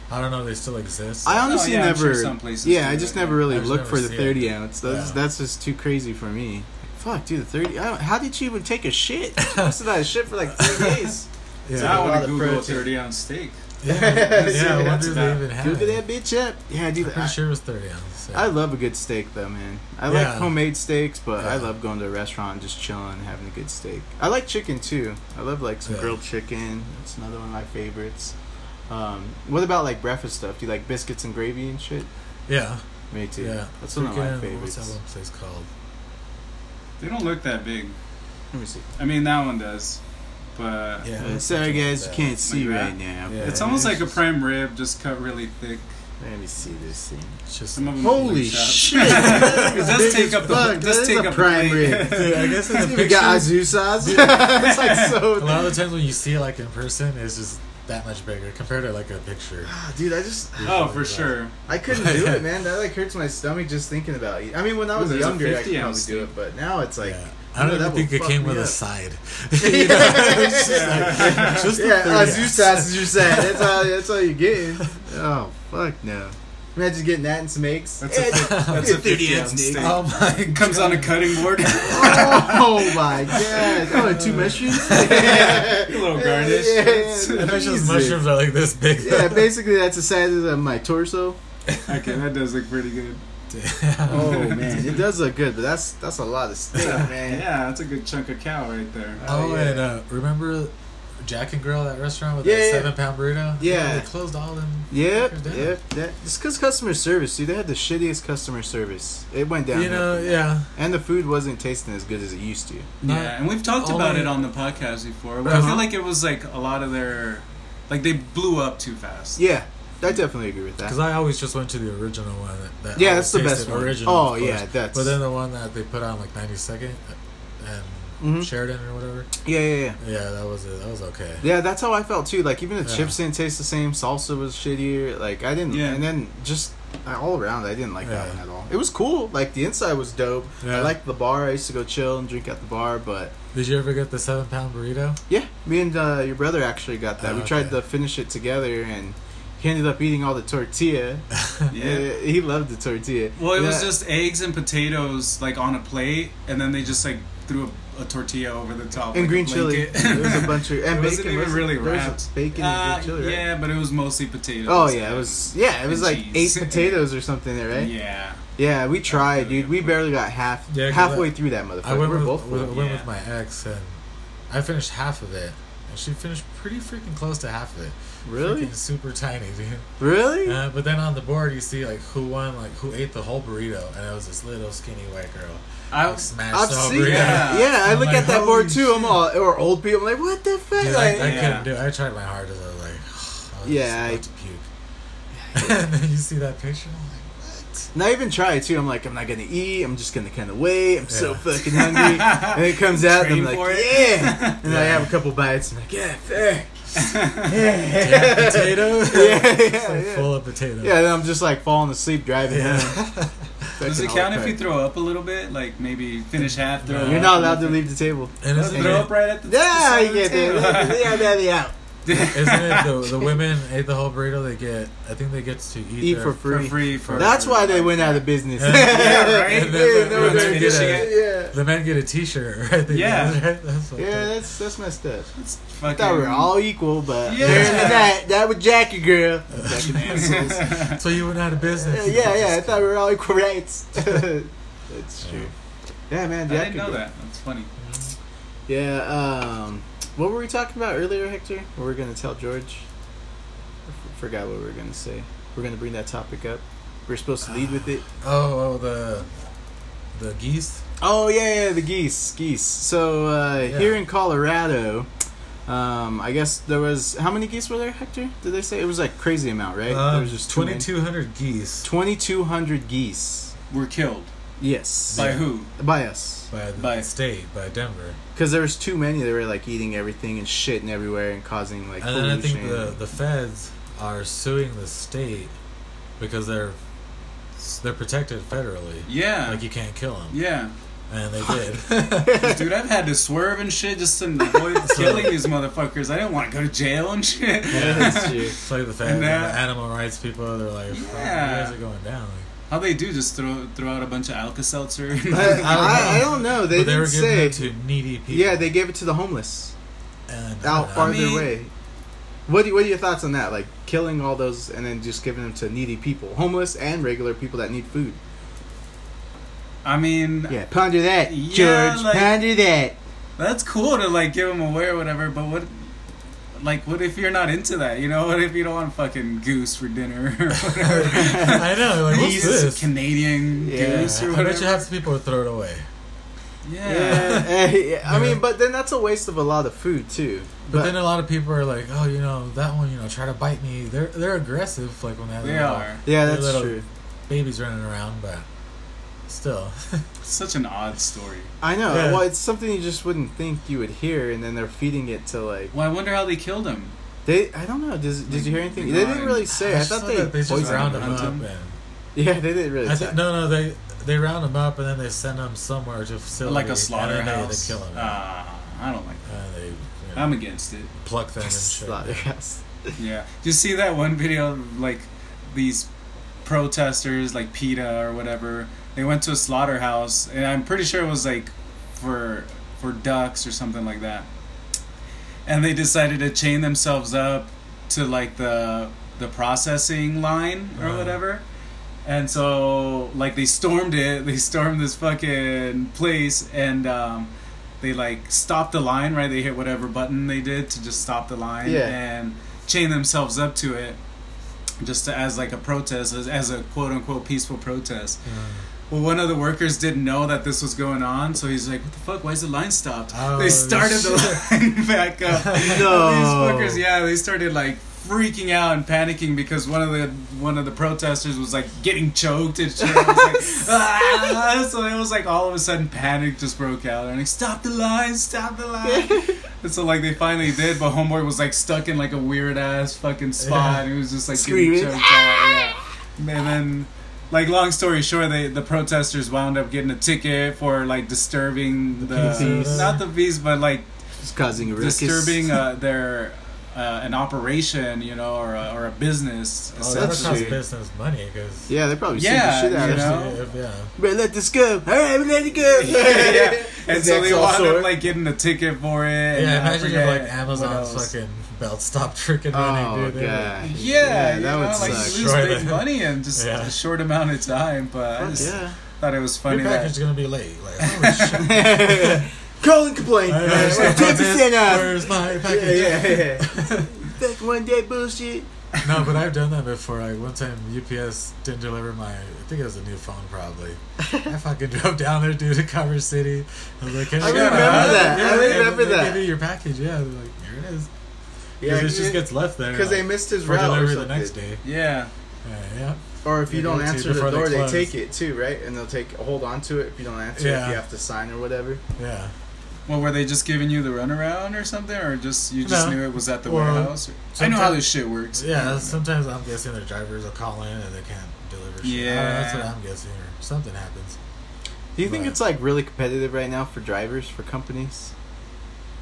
Speaker 3: I don't know, if they still exist.
Speaker 1: I honestly
Speaker 2: Oh, yeah, I'm
Speaker 1: never.
Speaker 2: sure some places
Speaker 1: yeah,
Speaker 2: do
Speaker 1: I just
Speaker 2: that,
Speaker 1: never
Speaker 2: yeah.
Speaker 1: really
Speaker 3: I just
Speaker 1: looked
Speaker 3: never
Speaker 1: for the
Speaker 3: see it.
Speaker 1: thirty ounce. That's
Speaker 3: Yeah.
Speaker 1: that's just too crazy for me. Fuck, dude, the thirty. I don't, how did she even take a shit? Most of that shit for like three days.
Speaker 3: yeah,
Speaker 2: So I
Speaker 1: A lot
Speaker 2: want
Speaker 1: of
Speaker 2: to Google a
Speaker 1: protein.
Speaker 2: 30 ounce steak.
Speaker 3: yeah,
Speaker 2: Yeah,
Speaker 3: yeah, I
Speaker 2: that's
Speaker 3: wonder if they
Speaker 2: bad.
Speaker 3: even have
Speaker 1: Google that
Speaker 3: it.
Speaker 1: bitch up. Yeah,
Speaker 3: I'm
Speaker 1: dude.
Speaker 3: pretty
Speaker 1: I,
Speaker 3: sure it was thirty ounce. yeah.
Speaker 1: I love a good steak though, man. I like
Speaker 3: Yeah.
Speaker 1: homemade steaks, but I
Speaker 3: Yeah.
Speaker 1: love going to a restaurant and just chilling and having a good steak. I like chicken too. I love like some
Speaker 3: Yeah.
Speaker 1: grilled chicken. That's another one of my favorites. Um, what about like breakfast stuff? Do you like biscuits and gravy and shit?
Speaker 3: yeah,
Speaker 1: Me too.
Speaker 3: yeah.
Speaker 1: That's one of my
Speaker 3: Freaking- What's that
Speaker 1: favorites.
Speaker 3: one place called?
Speaker 2: They don't look that big.
Speaker 1: Let me see.
Speaker 2: I mean, that one does, but
Speaker 3: Yeah,
Speaker 1: Uh, sorry guys, you can't see
Speaker 2: Like that?
Speaker 1: right now.
Speaker 3: Yeah.
Speaker 2: it's almost
Speaker 1: it's
Speaker 2: like a
Speaker 1: just-
Speaker 2: prime rib, just cut really thick.
Speaker 1: Let me see this thing.
Speaker 3: It's just.
Speaker 2: Some of them
Speaker 1: Holy
Speaker 2: look sharp.
Speaker 1: shit!
Speaker 2: it does take up the
Speaker 1: Fuck,
Speaker 2: it does
Speaker 1: that is
Speaker 2: take
Speaker 1: a
Speaker 2: up
Speaker 1: prime
Speaker 2: the plate.
Speaker 1: rib.
Speaker 3: Dude, I guess in the
Speaker 1: We got
Speaker 3: pictures,
Speaker 1: Azu sauce. it's like so.
Speaker 3: a lot of the times when you see it like in person, it's just that much bigger compared to like a picture.
Speaker 1: Ah, Dude, I just
Speaker 2: Oh, for sure.
Speaker 1: I couldn't do it, man. That like hurts my stomach just thinking about it. I mean, when I
Speaker 2: Ooh,
Speaker 1: was
Speaker 2: there's a
Speaker 1: younger, I
Speaker 2: 50
Speaker 1: could probably
Speaker 2: ounce,
Speaker 1: do it, but now it's like.
Speaker 3: yeah. I
Speaker 1: no,
Speaker 3: don't
Speaker 1: that
Speaker 3: even
Speaker 1: will
Speaker 3: think it
Speaker 1: fuck
Speaker 3: came
Speaker 1: me
Speaker 3: with
Speaker 1: up.
Speaker 3: a side.
Speaker 1: yeah,
Speaker 3: You know, it's just like- just the
Speaker 1: yeah,
Speaker 3: 30
Speaker 1: Azu
Speaker 3: ounce.
Speaker 1: sauce is your side. That's all. That's all you're getting. Oh fuck no! Imagine getting that and some eggs.
Speaker 2: That's a, fif- that's a 50 ounce steak.
Speaker 3: Oh my
Speaker 2: It comes on a cutting board. a
Speaker 1: oh my god! Oh, and two mushrooms.
Speaker 2: little garnish.
Speaker 1: Yeah,
Speaker 3: I
Speaker 1: yeah,
Speaker 3: bet those
Speaker 1: Jesus.
Speaker 3: mushrooms are like this big.
Speaker 1: Yeah, basically that's the size of my torso.
Speaker 2: okay, that does look pretty good.
Speaker 1: Oh man, it does look good, but that's that's a lot of steak, man.
Speaker 2: yeah, that's a good chunk of cow right there.
Speaker 1: Oh,
Speaker 3: Oh,
Speaker 1: yeah.
Speaker 3: and uh, remember Jack and Grill, that restaurant with
Speaker 1: Yeah,
Speaker 3: that
Speaker 1: yeah.
Speaker 3: seven pound burrito?
Speaker 1: Yeah.
Speaker 3: They closed all them.
Speaker 1: Yep,
Speaker 3: fuckers down.
Speaker 1: yep. That, it's because customer service, dude. They had the shittiest customer service. It went down.
Speaker 3: You know, yeah.
Speaker 1: and the food wasn't tasting as good as it used to.
Speaker 3: Not-
Speaker 2: yeah, and we've talked
Speaker 3: all
Speaker 2: about
Speaker 3: I-
Speaker 2: it on the podcast before. I
Speaker 3: Uh-huh.
Speaker 2: feel like it was like a lot of their, like they blew up too fast.
Speaker 1: Yeah, I definitely agree with that.
Speaker 3: Because I always just went to the original one. That, that
Speaker 1: Yeah, that's the
Speaker 3: always
Speaker 1: best
Speaker 3: tasted
Speaker 1: one.
Speaker 3: Original,
Speaker 1: Oh
Speaker 3: of course.
Speaker 1: yeah, that's
Speaker 3: But then the one that they put on like 92nd and
Speaker 1: Mhm.
Speaker 3: Sheridan or whatever.
Speaker 1: yeah, yeah, yeah.
Speaker 3: Yeah, that was it. That was okay.
Speaker 1: Yeah, that's how I felt too. Like even the
Speaker 3: Yeah.
Speaker 1: chips didn't taste the same. Salsa was shittier. Like I didn't.
Speaker 2: Yeah.
Speaker 1: And then just uh, all around, I didn't like that
Speaker 3: Yeah.
Speaker 1: one at all. It was cool. Like the inside was dope. I
Speaker 3: Yeah.
Speaker 1: liked the bar. I used to go chill and drink at the bar. But
Speaker 3: Did you ever get the seven pound burrito?
Speaker 1: yeah, me and uh, your brother actually got that.
Speaker 3: Oh,
Speaker 1: we tried
Speaker 3: okay.
Speaker 1: to finish it together, and he ended up eating all the tortilla.
Speaker 2: Yeah.
Speaker 1: Uh, he loved the tortilla.
Speaker 2: Well, it
Speaker 1: Yeah.
Speaker 2: was just eggs and potatoes like on a plate, and then they just like threw a, a tortilla over the top
Speaker 1: and
Speaker 2: like, a
Speaker 1: green chili.
Speaker 2: blanket.
Speaker 1: There was a bunch of and
Speaker 2: it
Speaker 1: bacon.
Speaker 2: wasn't even
Speaker 1: wasn't-
Speaker 2: really
Speaker 1: there was a
Speaker 2: wrapped.
Speaker 1: Bacon
Speaker 2: Uh,
Speaker 1: and green chili. right?
Speaker 2: Yeah, but it was mostly potatoes.
Speaker 1: Oh yeah, it was yeah, it was
Speaker 2: And
Speaker 1: like
Speaker 2: cheese.
Speaker 1: eight potatoes or something there, right?
Speaker 2: Yeah.
Speaker 1: Yeah, we tried,
Speaker 2: really
Speaker 1: dude. We
Speaker 2: good.
Speaker 1: barely got half
Speaker 3: Yeah, 'cause
Speaker 1: halfway
Speaker 3: I-
Speaker 1: through that motherfucker.
Speaker 3: I went
Speaker 1: We're
Speaker 3: with,
Speaker 1: both
Speaker 3: with,
Speaker 1: full.
Speaker 3: I went
Speaker 2: yeah.
Speaker 3: with my ex and I finished half of it. And she finished pretty freaking close to half of it.
Speaker 1: really,
Speaker 3: Freaking super tiny, dude.
Speaker 1: really.
Speaker 3: Uh, but then on the board, you see like who won, like who ate the whole burrito, and it was this little skinny white girl.
Speaker 2: I,
Speaker 3: Like, smashed
Speaker 1: I've
Speaker 3: the whole
Speaker 1: seen
Speaker 3: burrito.
Speaker 1: that. Yeah, I
Speaker 3: I'm
Speaker 1: look
Speaker 3: like,
Speaker 1: at that
Speaker 3: holy
Speaker 1: board too. I'm
Speaker 3: shit.
Speaker 1: all or old people. I'm like, what the fuck?
Speaker 3: Dude,
Speaker 1: like,
Speaker 3: I, I
Speaker 2: Yeah.
Speaker 3: couldn't do. it. I tried my hardest. I was like, I was
Speaker 1: Yeah,
Speaker 3: about
Speaker 1: I-
Speaker 3: to puke. and then you see that picture. I'm
Speaker 1: and I even try too. I'm like, I'm not gonna eat. I'm just gonna kind of wait. I'm so
Speaker 3: Yeah.
Speaker 1: fucking hungry. and it comes out, and I'm
Speaker 2: Train
Speaker 1: like,
Speaker 2: for it.
Speaker 1: yeah. And I have a couple bites. and I'm like, yeah, fair.
Speaker 3: like, yeah, potato.
Speaker 1: Yeah,
Speaker 3: Just,
Speaker 1: yeah,
Speaker 3: like,
Speaker 1: yeah.
Speaker 3: Full of potato.
Speaker 1: Yeah, and I'm just like falling asleep driving. home.
Speaker 3: Yeah.
Speaker 2: does it count if you throw up a little bit? Like maybe finish half, throw
Speaker 3: No.
Speaker 2: up.
Speaker 1: You're not allowed to
Speaker 2: and-
Speaker 1: leave the table.
Speaker 3: and
Speaker 2: No,
Speaker 3: it's,
Speaker 2: Throw up right at the
Speaker 1: Yeah,
Speaker 2: the
Speaker 1: yeah, dude. Yeah, baby, out.
Speaker 3: Isn't it the, the women ate the whole burrito? They get, I think they get to eat,
Speaker 1: Eat
Speaker 3: their-
Speaker 1: for
Speaker 2: For
Speaker 1: free.
Speaker 2: free. For
Speaker 1: That's why they went out of business.
Speaker 3: Yeah, yeah,
Speaker 2: right?
Speaker 1: Yeah,
Speaker 2: And
Speaker 3: then
Speaker 1: no,
Speaker 2: they-
Speaker 1: they-
Speaker 2: they did
Speaker 1: yeah.
Speaker 3: The men get a T-shirt, right? They
Speaker 2: Yeah.
Speaker 3: get it, right? That's what
Speaker 1: Yeah,
Speaker 3: the-
Speaker 1: that's that's messed up.
Speaker 2: It's
Speaker 1: I
Speaker 2: fucking.
Speaker 1: thought we were all equal, but
Speaker 2: Yeah.
Speaker 1: during the night, that was Jackie girl. Jackie assholes.
Speaker 3: so you went out of business.
Speaker 1: yeah, yeah, I thought we were all equal rights. that's true. Yeah, man,
Speaker 2: I
Speaker 1: Jackie
Speaker 2: didn't know
Speaker 1: girl.
Speaker 2: that. That's funny.
Speaker 3: Mm-hmm.
Speaker 1: Yeah, um, what were we talking about earlier, Hector? We were gonna tell George. I f- forgot what we were gonna say. We're gonna bring that topic up. We are supposed to lead with it.
Speaker 3: Oh, oh, the the geese.
Speaker 1: Oh yeah, yeah, the geese, geese. So uh,
Speaker 3: Yeah.
Speaker 1: here in Colorado, um, I guess there was how many geese were there, Hector? Did they say it was like crazy amount, right? there was just
Speaker 3: twenty two Um, hundred geese
Speaker 1: Twenty two hundred geese.
Speaker 2: Were killed
Speaker 1: Yes,
Speaker 2: by who?
Speaker 1: by us,
Speaker 3: by the
Speaker 2: By-
Speaker 3: state by Denver,
Speaker 1: because there was too many. They were like eating everything and shitting everywhere and causing like
Speaker 3: and then I think
Speaker 1: pollution.
Speaker 3: the the feds are suing the state because they're they're protected federally.
Speaker 2: Yeah.
Speaker 3: Like you can't kill them,
Speaker 2: yeah.
Speaker 3: and they did.
Speaker 2: Dude, I've had to swerve and shit just to avoid killing these motherfuckers. I didn't want to go to jail and shit.
Speaker 1: yeah, that's true.
Speaker 3: It's like the feds and,
Speaker 2: that-
Speaker 3: the animal rights people. They're like, "Fuck,
Speaker 2: Yeah.
Speaker 3: you guys are going down. Like,
Speaker 2: How they do? Just throw throw out a bunch of Alka Seltzer.
Speaker 1: I, I, I don't know. They
Speaker 3: but they were
Speaker 1: didn't
Speaker 3: giving
Speaker 1: say.
Speaker 3: it to needy people.
Speaker 1: yeah, they gave it to the homeless
Speaker 3: and,
Speaker 1: out
Speaker 3: uh,
Speaker 1: farther
Speaker 2: mean-
Speaker 1: away. What do, what are your thoughts on that? Like killing all those and then just giving them to needy people, homeless and regular people that need food.
Speaker 2: I mean,
Speaker 1: Yeah, ponder that,
Speaker 2: Yeah,
Speaker 1: George.
Speaker 2: like-
Speaker 1: ponder that.
Speaker 2: that's cool to like give them away or whatever. But what, like, what if you're not into that? You know, what if you don't want fucking goose for dinner or whatever?
Speaker 3: I know. Like, what's
Speaker 2: He's
Speaker 3: this?
Speaker 2: Canadian
Speaker 1: Yeah.
Speaker 2: goose or
Speaker 3: I
Speaker 2: whatever.
Speaker 3: bet you half the people would throw it away.
Speaker 2: yeah.
Speaker 1: Yeah, eh, yeah, I mean, but then that's a waste of a lot of food too.
Speaker 3: But, then a lot of people are like, oh, you know, that one, you know, try to bite me. They're they're aggressive, like when they have
Speaker 2: They
Speaker 3: little
Speaker 2: are
Speaker 1: yeah,
Speaker 3: they're
Speaker 1: that's
Speaker 3: little-
Speaker 1: true.
Speaker 3: babies running around, but still,
Speaker 2: such an odd story.
Speaker 1: I know.
Speaker 3: Yeah.
Speaker 1: Well, it's something you just wouldn't think you would hear, and then they're feeding it to like
Speaker 2: Well, I wonder how they killed him.
Speaker 1: they. I don't know. Does, did you hear anything? They didn't really say. I
Speaker 3: just
Speaker 1: thought
Speaker 3: saw
Speaker 1: they.
Speaker 3: that they just
Speaker 1: poisoned
Speaker 3: round
Speaker 1: them.
Speaker 3: them
Speaker 2: them.
Speaker 3: up and
Speaker 1: Yeah, they didn't really.
Speaker 3: I
Speaker 1: say.
Speaker 3: think no, no, they they round them up and then they send them somewhere to a facility,
Speaker 2: Like a
Speaker 3: and then
Speaker 2: slaughterhouse.
Speaker 3: They, they kill them.
Speaker 2: Ah, I don't like that.
Speaker 3: and they you know,
Speaker 2: I'm against it.
Speaker 3: pluck them and shit.
Speaker 1: Slaughterhouse.
Speaker 2: Yeah. Do you see that one video of like these protesters like PETA or whatever? They went to a slaughterhouse and I'm pretty sure it was like for for ducks or something like that. And they decided to chain themselves up to like the the processing line or
Speaker 3: Uh-huh.
Speaker 2: whatever. And so, like, they stormed it. They stormed this fucking place, and um, they like stopped the line. Right? They hit whatever button they did to just stop the line
Speaker 1: Yeah.
Speaker 2: and chain themselves up to it, just to, as like a protest, as, as a quote unquote peaceful protest. Well, one of the workers didn't know that this was going on, so he's like, "What the fuck? Why is the line stopped?"
Speaker 3: Oh,
Speaker 2: they started the line back up.
Speaker 1: No.
Speaker 2: These fuckers, yeah, they started like freaking out and panicking because one of the one of the protesters was like getting choked and shit. It was like, ah! So it was like all of a sudden panic just broke out and like, "Stop the line! Stop the line!" and so like they finally did, but homeboy was like stuck in like a weird ass fucking spot. He was just like
Speaker 1: Screaming. "Ah!"
Speaker 2: getting choked out. Yeah. And then, like, long story short, they the protesters wound up getting a ticket for like disturbing the,
Speaker 1: peace.
Speaker 2: not the peace, but like
Speaker 1: It's causing a ruckus.
Speaker 2: disturbing uh, their uh, an operation, you know, or a, or a business.
Speaker 3: Oh, that would
Speaker 1: Essentially.
Speaker 3: cost business money because
Speaker 1: yeah, they probably
Speaker 2: Yeah,
Speaker 1: sued the shit out
Speaker 2: you
Speaker 1: of us.
Speaker 2: know?
Speaker 3: yeah.
Speaker 1: But let this go. All right, we let it go.
Speaker 2: yeah, and so they
Speaker 1: Exact
Speaker 2: wound
Speaker 1: sort.
Speaker 2: up like getting a ticket for it. and
Speaker 3: Yeah,
Speaker 2: I
Speaker 3: imagine if
Speaker 2: forget
Speaker 3: like
Speaker 2: what
Speaker 3: Amazon's
Speaker 2: else.
Speaker 3: fucking belt stopped tricking money,
Speaker 1: Oh
Speaker 3: dude. They were-
Speaker 1: god.
Speaker 2: Yeah,
Speaker 1: that
Speaker 2: you
Speaker 1: would
Speaker 2: know, like
Speaker 1: suck.
Speaker 2: you lose
Speaker 3: Sure.
Speaker 2: big money in just
Speaker 3: Yeah.
Speaker 2: a short amount of time. But I
Speaker 1: Fuck
Speaker 2: just
Speaker 1: yeah.
Speaker 2: thought it was funny
Speaker 3: Your
Speaker 2: that
Speaker 3: package is gonna be late. Like, holy shit.
Speaker 1: Call and complain.
Speaker 3: I understand
Speaker 1: Ten
Speaker 3: about this.
Speaker 1: percent off.
Speaker 3: Where's my
Speaker 1: Yeah,
Speaker 3: package?
Speaker 1: yeah, yeah. Back one day bullshit.
Speaker 3: No, but I've done that before. Like one time, UPS didn't deliver my. I think it was a new phone, probably. I fucking drove down there, dude, to Cover City. I was like, "Can
Speaker 1: I
Speaker 3: get
Speaker 1: remember
Speaker 3: my package?"
Speaker 1: that. I
Speaker 3: Yeah, and then
Speaker 1: remember
Speaker 3: they
Speaker 1: that.
Speaker 3: Give you your package. Yeah, they're like, here it is.
Speaker 1: Yeah,
Speaker 3: Yeah, it just gets left there.
Speaker 1: because they
Speaker 3: like,
Speaker 1: missed his
Speaker 3: for
Speaker 1: route or
Speaker 3: delivery the
Speaker 1: something.
Speaker 3: next day.
Speaker 2: yeah.
Speaker 3: Yeah, yeah.
Speaker 1: Or if you
Speaker 3: They
Speaker 1: don't
Speaker 3: do it to you
Speaker 1: answer the
Speaker 3: before they
Speaker 1: door, they,
Speaker 3: close.
Speaker 1: take it too, right? And they'll take hold on to it if you don't answer.
Speaker 3: Yeah.
Speaker 1: If you have to sign or whatever.
Speaker 3: yeah.
Speaker 2: Well, were they just giving you the runaround or something, or just you just
Speaker 3: No.
Speaker 2: knew it was at the
Speaker 3: Or-
Speaker 2: warehouse? Or, I know how
Speaker 3: sometime-
Speaker 2: this shit works.
Speaker 3: Yeah,
Speaker 1: Mm.
Speaker 3: sometimes I'm guessing their drivers will call in and they can't deliver shit. Yeah,
Speaker 2: Yeah.
Speaker 3: that's what I'm guessing. Or something happens.
Speaker 1: Do you think
Speaker 3: Right.
Speaker 1: it's like really competitive right now for drivers for companies?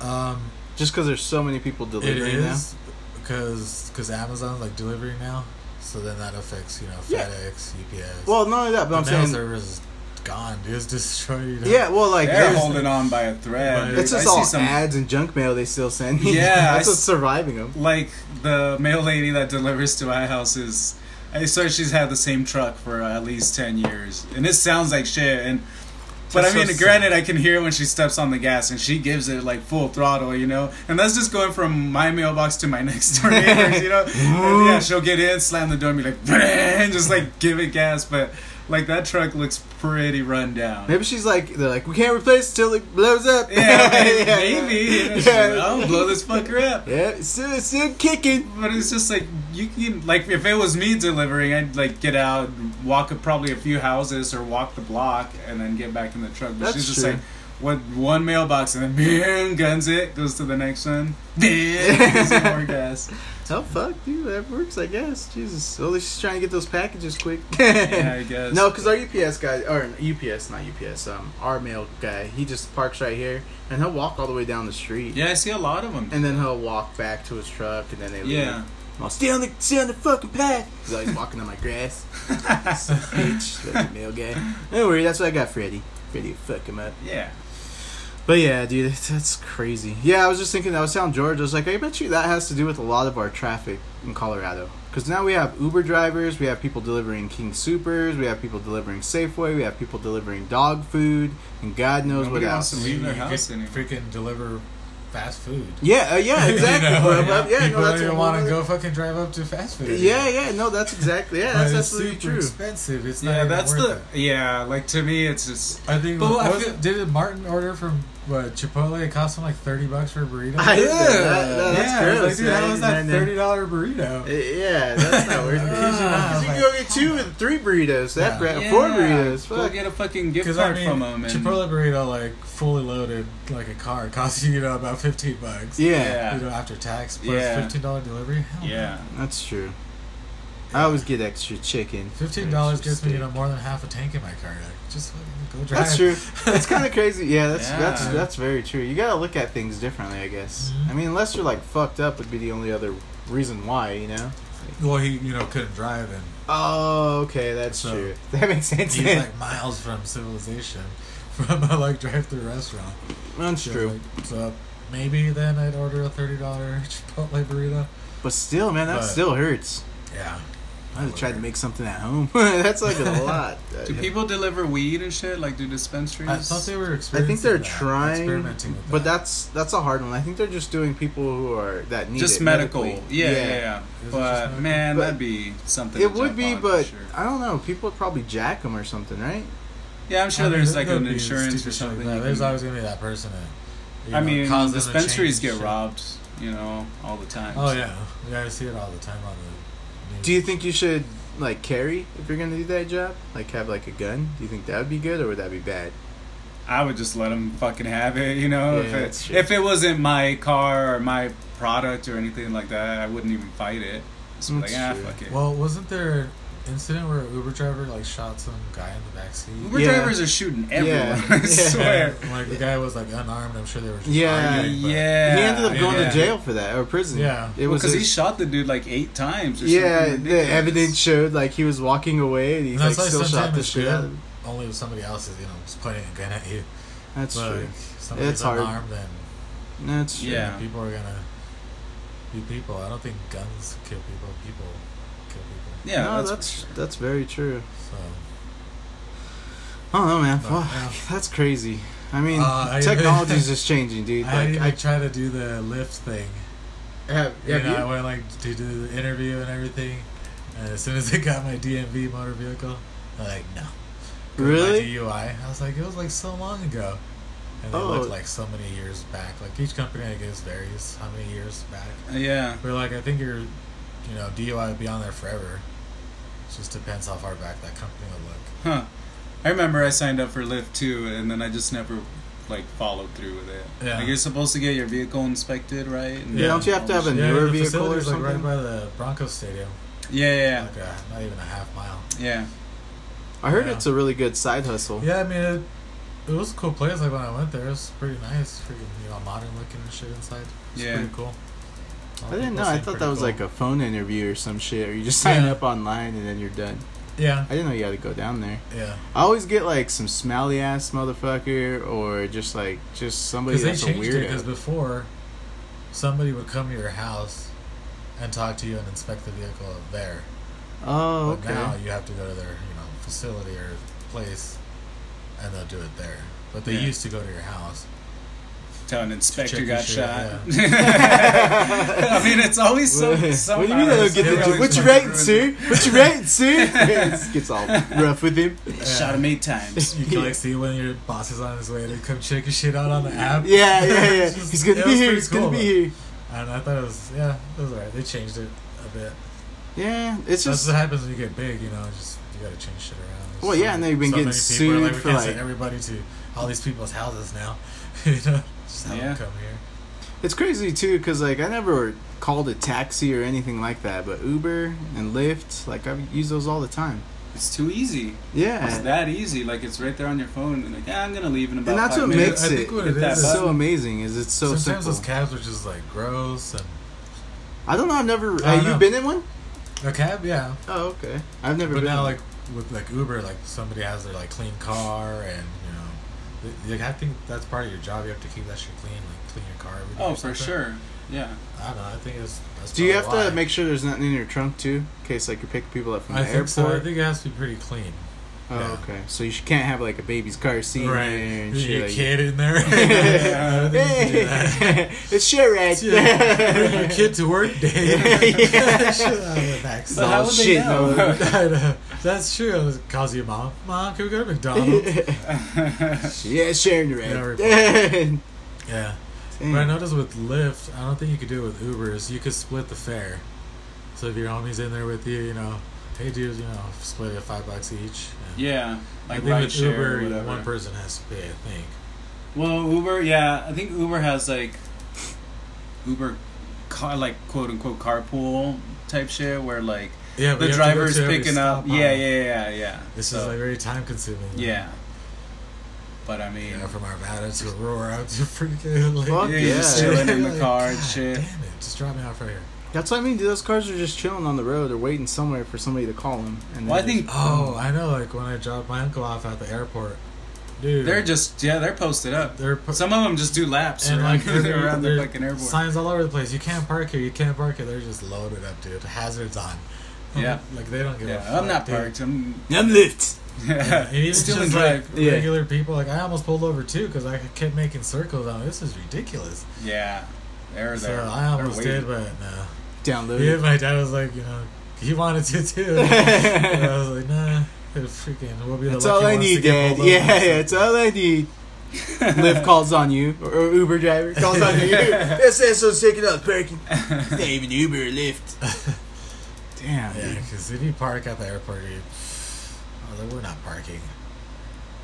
Speaker 3: Um,
Speaker 1: Just because there's so many people
Speaker 3: it
Speaker 1: delivering now.
Speaker 3: is because because Amazon's like delivering now, so then that affects you know
Speaker 1: Yeah.
Speaker 3: FedEx, UPS.
Speaker 1: Well, not only that, but
Speaker 3: the
Speaker 1: I'm
Speaker 3: mail
Speaker 1: saying.
Speaker 3: service is gone. Dude, it's destroyed.
Speaker 1: Yeah, well, like
Speaker 2: They're
Speaker 1: there's-
Speaker 2: holding on by a thread.
Speaker 3: But
Speaker 1: It's
Speaker 2: dude.
Speaker 1: just
Speaker 2: I
Speaker 1: all
Speaker 2: see some
Speaker 1: ads and junk mail they still send. me.
Speaker 2: Yeah, I
Speaker 1: that's what's
Speaker 2: s-
Speaker 1: surviving them.
Speaker 2: like the mail lady that delivers to my house is. I swear she's had the same truck for at least ten years, and it sounds like shit. And but
Speaker 3: That's
Speaker 2: I mean,
Speaker 3: so sad.
Speaker 2: granted, I can hear it when she steps on the gas, and she gives it like full throttle, you know. And that's just going from my mailbox to my next door neighbor's, you know. And, yeah, she'll get in, slam the door, and be like, and just like give it gas. But like that truck looks pretty run down.
Speaker 1: Maybe she's like, they're like, we can't replace it till it blows up.
Speaker 2: Yeah, maybe.
Speaker 1: yeah.
Speaker 2: Yeah. I'll blow this fucker up.
Speaker 1: Yeah, it's still, it's still kicking.
Speaker 2: But it's just like you can like if it was me delivering, I'd like get out, walk probably a few houses or walk the block, and then get back in the truck. But
Speaker 1: That's
Speaker 2: she's just
Speaker 1: true.
Speaker 2: like what one mailbox and then bam, guns it goes to the next one. Bam, gives it more gas.
Speaker 1: Oh fuck, dude, that works, I guess. Jesus, at least she's trying to get those packages quick.
Speaker 2: Yeah, I guess.
Speaker 1: No, because our UPS guy, or UPS, not UPS, um, our mail guy, he just parks right here, and he'll walk all the way down the street.
Speaker 2: Yeah, I see a lot of them.
Speaker 1: And then he'll walk back to his truck, and then they leave.
Speaker 2: Yeah.
Speaker 1: I'll stay on the stay on the fucking path. He's always walking on my grass. Son of a Bitch, fucking male guy. Don't worry, that's what I got, Freddy. Freddy, will fuck him up.
Speaker 2: Yeah.
Speaker 1: But yeah, dude, that's, that's crazy. Yeah, I was just thinking. I was telling George, I was like, I bet you that has to do with a lot of our traffic in Colorado. Because now we have Uber drivers, we have people delivering King Supers, we have people delivering Safeway, we have people delivering dog food, and God knows
Speaker 2: Nobody
Speaker 1: what
Speaker 2: wants
Speaker 1: else.
Speaker 2: to leave their
Speaker 3: You
Speaker 2: house
Speaker 3: could
Speaker 2: anymore.
Speaker 3: freaking deliver fast food.
Speaker 1: Yeah, uh, yeah, exactly.
Speaker 3: you
Speaker 1: bro,
Speaker 3: know,
Speaker 1: bro. yeah,
Speaker 3: people
Speaker 1: no, that's
Speaker 3: don't
Speaker 1: a
Speaker 3: even
Speaker 1: whole
Speaker 3: want
Speaker 1: other-
Speaker 3: to go fucking drive up to fast food.
Speaker 1: Yeah, yeah, no, that's exactly. Yeah, that's
Speaker 3: But
Speaker 1: absolutely
Speaker 3: it's super
Speaker 1: true.
Speaker 3: expensive. It's not
Speaker 2: Yeah,
Speaker 3: even
Speaker 2: that's
Speaker 3: worth
Speaker 2: the
Speaker 3: it.
Speaker 2: yeah. Like to me, it's just
Speaker 3: I think.
Speaker 2: But I
Speaker 3: was-
Speaker 2: feel-
Speaker 3: did Martin order from what, Chipotle? It cost him like thirty bucks for a burrito.
Speaker 1: I did that. That-
Speaker 3: yeah,
Speaker 1: that's
Speaker 3: I was
Speaker 1: gross.
Speaker 3: like, dude, how was that
Speaker 1: Yeah, yeah.
Speaker 3: thirty dollar burrito?
Speaker 1: Uh, Yeah, that's not worth it.
Speaker 3: Ah,
Speaker 1: Because you can go get two and three burritos, that
Speaker 3: Yeah.
Speaker 1: bra-
Speaker 2: yeah,
Speaker 1: four burritos.
Speaker 2: Go
Speaker 1: Fuck.
Speaker 2: get a fucking gift
Speaker 3: Because I
Speaker 2: card
Speaker 3: mean,
Speaker 2: from them. And,
Speaker 3: Chipotle burrito, like fully loaded, like a car, costs you, you know about fifteen bucks.
Speaker 1: Yeah,
Speaker 2: Yeah.
Speaker 3: You know, after tax plus
Speaker 2: Yeah.
Speaker 3: fifteen dollar delivery. Hell
Speaker 2: Yeah.
Speaker 1: that's true. I always get extra chicken.
Speaker 3: Fifteen dollars
Speaker 1: Extra
Speaker 3: gets me you
Speaker 1: steak.
Speaker 3: know more than half a tank in my car. Like, just fucking go drive.
Speaker 1: That's true. That's kind of crazy. Yeah, that's that's
Speaker 2: Yeah.
Speaker 1: that's very true. You gotta look at things differently, I guess.
Speaker 3: Mhm.
Speaker 1: I mean, unless you're like fucked up, would be the only other reason why, you know.
Speaker 3: Well, he you know couldn't drive and
Speaker 1: Oh, okay, that's
Speaker 3: So-
Speaker 1: true. That makes sense.
Speaker 3: he's like miles from civilization, from a like drive-through restaurant.
Speaker 1: that's
Speaker 3: So,
Speaker 1: true.
Speaker 3: like, so maybe then I'd order a thirty dollar Chipotle burrito.
Speaker 1: But still, man, that
Speaker 3: But-
Speaker 1: still hurts.
Speaker 3: Yeah.
Speaker 1: I would have tried to make something at home. That's like a lot.
Speaker 2: Do
Speaker 1: Uh,
Speaker 2: people deliver weed and shit? Like, do dispensaries?
Speaker 3: I thought they were
Speaker 1: I think they're
Speaker 3: experiencing that,
Speaker 1: trying,
Speaker 3: experimenting with
Speaker 1: but
Speaker 3: that.
Speaker 1: that's that's a hard one. I think they're just doing people who are that need
Speaker 2: just
Speaker 1: it
Speaker 2: medical. Yeah,
Speaker 1: medically.
Speaker 2: yeah, yeah.
Speaker 3: Is it just
Speaker 2: But
Speaker 3: medical?
Speaker 2: man,
Speaker 1: But
Speaker 2: that'd be something.
Speaker 1: It
Speaker 2: to
Speaker 1: would
Speaker 2: jump
Speaker 1: be,
Speaker 2: on for
Speaker 1: but
Speaker 2: sure.
Speaker 1: I don't know. People would probably jack them or something, right?
Speaker 2: yeah, I'm sure
Speaker 3: I mean,
Speaker 2: there's
Speaker 3: there-
Speaker 2: like
Speaker 3: there'd
Speaker 2: an
Speaker 3: be
Speaker 2: insurance or
Speaker 3: stupid shit like
Speaker 2: something.
Speaker 3: that.
Speaker 2: you
Speaker 3: There's
Speaker 2: can-
Speaker 3: always gonna be that person that. you
Speaker 2: I
Speaker 3: know,
Speaker 2: mean,
Speaker 3: causes them to change
Speaker 2: dispensaries get
Speaker 3: shit.
Speaker 2: robbed. You know, all the time.
Speaker 3: Oh yeah, yeah, I see it all the time on the. News.
Speaker 1: Do you think you should like carry if you're gonna do that job? Like have like a gun? Do you think that would be good or would that be bad?
Speaker 2: I would just let them fucking have it, you know.
Speaker 1: Yeah, that's
Speaker 2: if
Speaker 1: true.
Speaker 2: it if it wasn't my car or my product or anything like that, I wouldn't even fight it. Just be like,
Speaker 1: That's
Speaker 2: ah,
Speaker 1: true.
Speaker 2: fuck it.
Speaker 3: Well, wasn't there an incident where an Uber driver like shot some guy in the backseat?
Speaker 2: Uber
Speaker 1: Yeah.
Speaker 2: drivers are shooting everyone. I
Speaker 1: Yeah.
Speaker 2: swear.
Speaker 3: And, Like the guy was like unarmed. I'm sure they were. Just
Speaker 1: Yeah.
Speaker 3: arguing, but-
Speaker 2: Yeah.
Speaker 1: he ended up going
Speaker 2: yeah.
Speaker 1: to jail for that or prison.
Speaker 3: Yeah.
Speaker 1: it was
Speaker 2: because he
Speaker 1: his-
Speaker 2: shot the dude like eight times. Or
Speaker 1: yeah.
Speaker 2: something
Speaker 1: The
Speaker 2: ridiculous.
Speaker 1: evidence showed like he was walking away and he
Speaker 3: And
Speaker 1: like
Speaker 3: that's why
Speaker 1: still shot
Speaker 3: sometimes
Speaker 1: the
Speaker 3: it's
Speaker 1: shit out of
Speaker 3: good.
Speaker 1: him.
Speaker 3: Only if somebody else is, you know, just pointing a gun at you.
Speaker 1: That's
Speaker 3: but
Speaker 1: true.
Speaker 3: if somebody's
Speaker 1: It's hard.
Speaker 3: unarmed, then
Speaker 1: That's true.
Speaker 2: Yeah.
Speaker 3: people are gonna be people. I don't think guns kill people. People kill people.
Speaker 2: Yeah,
Speaker 1: no,
Speaker 2: that's,
Speaker 1: that's that's very true.
Speaker 3: So
Speaker 1: I don't know, man.
Speaker 3: But,
Speaker 1: Fuck,
Speaker 3: yeah.
Speaker 1: That's crazy. I mean,
Speaker 3: Uh, I-
Speaker 1: technology's just changing, dude.
Speaker 3: I
Speaker 1: Like,
Speaker 3: didn't
Speaker 1: I,
Speaker 3: even try to do the lift thing.
Speaker 1: have,
Speaker 3: You
Speaker 1: have
Speaker 3: know, I
Speaker 1: you?
Speaker 3: went like to do the interview and everything. And as soon as I got my DMV motor vehicle, I'm like no.
Speaker 1: Really?
Speaker 3: My DUI. I was like, it was like so long ago. And they
Speaker 1: Oh.
Speaker 3: looked like so many years back. Like each company, I guess, varies how many years back.
Speaker 2: yeah.
Speaker 3: But like, I think your, you know, DUI would be on there forever. It just depends how far back that company would look.
Speaker 2: Huh. I remember I signed up for Lyft too, and then I just never like followed through with it.
Speaker 3: Yeah.
Speaker 2: Like you're supposed to get your vehicle inspected, right? And
Speaker 1: Yeah,
Speaker 3: don't
Speaker 1: you have to have a-
Speaker 2: Yeah,
Speaker 1: newer
Speaker 3: the
Speaker 1: vehicle
Speaker 3: facility's,
Speaker 1: or
Speaker 3: like right
Speaker 1: something?
Speaker 3: by the Broncos Stadium.
Speaker 2: yeah,
Speaker 3: Like a, not even a half mile.
Speaker 2: yeah. yeah.
Speaker 1: I heard
Speaker 3: Yeah.
Speaker 1: it's a really good side hustle.
Speaker 3: Yeah, I mean, it, it was a cool place. Like when I went there, it was pretty nice. Pretty, you know, modern looking and shit inside. It's
Speaker 2: Yeah.
Speaker 3: pretty cool.
Speaker 1: I didn't know. I thought that was like a phone interview or some shit, or you just
Speaker 3: Yeah.
Speaker 1: sign up online and then you're done.
Speaker 3: yeah,
Speaker 1: I didn't know you had to go down there.
Speaker 3: yeah.
Speaker 1: I always get like some smelly ass motherfucker, or just like just somebody
Speaker 3: Because they
Speaker 1: that's a
Speaker 3: changed it. Because
Speaker 1: weirdo.
Speaker 3: before, somebody would come to your house and talk to you and inspect the vehicle there.
Speaker 1: Oh,
Speaker 3: But now
Speaker 1: okay.
Speaker 3: you have to go to their you know facility or place, and they'll do it there. But they
Speaker 2: Yeah.
Speaker 3: used to go to your house.
Speaker 2: Tell an inspector
Speaker 3: Check
Speaker 2: got
Speaker 3: your shit,
Speaker 2: shot. I mean, it's always so.
Speaker 1: what do you mean I don't get
Speaker 3: they
Speaker 1: the
Speaker 3: were
Speaker 1: job?
Speaker 3: always
Speaker 1: What you
Speaker 3: like-
Speaker 1: writing, sir? What you writing, sir? It gets all rough with him.
Speaker 2: Shot him eight times.
Speaker 3: You can like see when your boss is on his way to come check your shit out on the app.
Speaker 1: Yeah, yeah, yeah.
Speaker 3: It's just-
Speaker 1: He's gonna
Speaker 3: it
Speaker 1: be
Speaker 3: was
Speaker 1: here.
Speaker 3: pretty
Speaker 1: He's
Speaker 3: cool,
Speaker 1: gonna be
Speaker 3: though.
Speaker 1: here.
Speaker 3: And I thought it was yeah, it was alright. They changed it a bit.
Speaker 1: Yeah, it's
Speaker 3: That's
Speaker 1: just
Speaker 3: what happens when you get big, you know. Just you gotta change shit around. There's
Speaker 1: Well, yeah, and they've been getting
Speaker 3: many people are
Speaker 1: sued
Speaker 3: we
Speaker 1: for,
Speaker 3: can't
Speaker 1: like-
Speaker 3: send everybody to all these people's houses now. you know, just have
Speaker 2: Yeah.
Speaker 3: them come here.
Speaker 1: it's crazy too, cause like I never called a taxi or anything like that, but Uber and Lyft, like I use those all the time.
Speaker 2: It's too easy. It's
Speaker 1: Yeah,
Speaker 2: that easy. Like it's right there on your phone, and like yeah, I'm gonna leave in about.
Speaker 1: and that's
Speaker 2: five
Speaker 1: what
Speaker 2: minutes.
Speaker 1: makes
Speaker 3: I think
Speaker 1: it
Speaker 3: what
Speaker 2: it is
Speaker 1: it's
Speaker 2: is-
Speaker 1: so amazing. Is it's so
Speaker 3: Sometimes
Speaker 1: simple.
Speaker 3: those cabs are just like gross and
Speaker 1: I don't know. I've never.
Speaker 3: I
Speaker 1: Have
Speaker 3: don't
Speaker 1: you
Speaker 3: know.
Speaker 1: been in one?
Speaker 3: a cab, yeah.
Speaker 1: Oh, okay. I've never
Speaker 3: But
Speaker 1: been.
Speaker 3: now,
Speaker 1: in
Speaker 3: like with like Uber, like somebody has their like clean car, and you know, th- like, I think that's part of your job. You have to keep that shit clean, like clean your car. every day
Speaker 2: Oh,
Speaker 3: or
Speaker 2: for
Speaker 3: something.
Speaker 2: sure. Yeah.
Speaker 3: I don't know. I think it's. That's
Speaker 1: Do you have
Speaker 3: probably
Speaker 1: to
Speaker 3: oh, why.
Speaker 1: make sure there's nothing in your trunk too, in case like you pick people up from
Speaker 3: I
Speaker 1: the
Speaker 3: think
Speaker 1: airport?
Speaker 3: so. I think it has to be pretty clean.
Speaker 1: oh,
Speaker 3: yeah.
Speaker 1: okay. So you sh- can't have like a baby's car seat in there and
Speaker 3: There's
Speaker 1: shit.
Speaker 3: your
Speaker 1: Like,
Speaker 3: kid in there.
Speaker 2: Yeah.
Speaker 1: Hey, it's shit right
Speaker 3: Yeah.
Speaker 1: there.
Speaker 3: Bring your kid to work day.
Speaker 1: Yeah.
Speaker 3: Shit out of the back.
Speaker 2: But how
Speaker 1: Oh,
Speaker 2: would they
Speaker 1: shit,
Speaker 2: know?
Speaker 1: no.
Speaker 3: I know. That's true. I was calls your mom. Mom, can we go to McDonald's?
Speaker 1: yeah, sharing your
Speaker 3: Yeah,
Speaker 1: ad.
Speaker 3: yeah.
Speaker 1: Damn.
Speaker 3: But I noticed with Lyft, I don't think you could do it with Ubers. You could split the fare. So if your homie's in there with you, you know, hey dude, you know, split it five bucks each. And
Speaker 2: Yeah. Like
Speaker 3: I think
Speaker 2: ride
Speaker 3: with
Speaker 2: share or
Speaker 3: Uber,
Speaker 2: whatever.
Speaker 3: one person has to pay. I think.
Speaker 2: Well, Uber, yeah, I think Uber has like Uber car, like quote unquote carpool type shit, where like
Speaker 3: Yeah, but
Speaker 2: the
Speaker 3: you have to go
Speaker 2: driver's
Speaker 3: to every
Speaker 2: picking up.
Speaker 3: stop
Speaker 2: Yeah,
Speaker 3: on.
Speaker 2: yeah, yeah, yeah.
Speaker 3: This
Speaker 2: So,
Speaker 3: is like very time consuming.
Speaker 2: yeah. But I mean,
Speaker 3: You know, from Arvada to Aurora to freaking like,
Speaker 1: Fuck
Speaker 2: yeah, you're just
Speaker 1: Yeah.
Speaker 2: chilling in the
Speaker 3: Like,
Speaker 2: car and
Speaker 3: God
Speaker 2: shit.
Speaker 3: Damn it! Just drop me off right here.
Speaker 1: That's what I mean. Dude, those cars are just chilling on the road. They're waiting somewhere for somebody to call them. And
Speaker 2: Well, I
Speaker 1: they're just-
Speaker 2: think
Speaker 3: Oh, I know. Like when I dropped my uncle off at the airport, dude.
Speaker 2: they're just yeah, they're posted up.
Speaker 3: they're pu-
Speaker 2: Some of them just do laps
Speaker 3: and
Speaker 2: around,
Speaker 3: like they're,
Speaker 2: around the
Speaker 3: they're
Speaker 2: fucking airport.
Speaker 3: signs all over the place. You can't park here. You can't park here. They're just loaded up, dude. Hazards on.
Speaker 2: Yeah.
Speaker 3: Like they don't give a
Speaker 2: Yeah,
Speaker 3: fuck.
Speaker 2: I'm not
Speaker 3: dude.
Speaker 2: parked. I'm
Speaker 1: I'm lift.
Speaker 2: yeah.
Speaker 3: And even
Speaker 2: still in
Speaker 3: just like
Speaker 2: drive.
Speaker 1: Yeah.
Speaker 3: regular people, like I almost pulled over too because I kept making circles. I'm like, this is ridiculous.
Speaker 2: Yeah, there,
Speaker 3: So
Speaker 2: there.
Speaker 3: I almost
Speaker 2: They're
Speaker 3: did,
Speaker 2: waiting.
Speaker 3: but no.
Speaker 1: Download
Speaker 3: Yeah,
Speaker 1: it.
Speaker 3: my dad was like, you know, he wanted to too. and I was like, nah, it'll freaking, we'll be the
Speaker 1: That's
Speaker 3: lucky
Speaker 1: all I
Speaker 3: ones to
Speaker 1: need,
Speaker 3: get
Speaker 1: Dad.
Speaker 3: pulled over.
Speaker 1: Yeah, yeah, it's all I need. Lyft calls on you, or, or Uber driver calls on you. This asshole's taking out parking. It's not even Uber or Lyft. Damn.
Speaker 3: Yeah,
Speaker 1: dude.
Speaker 3: because if you park at the airport, dude, I was like, we're not parking.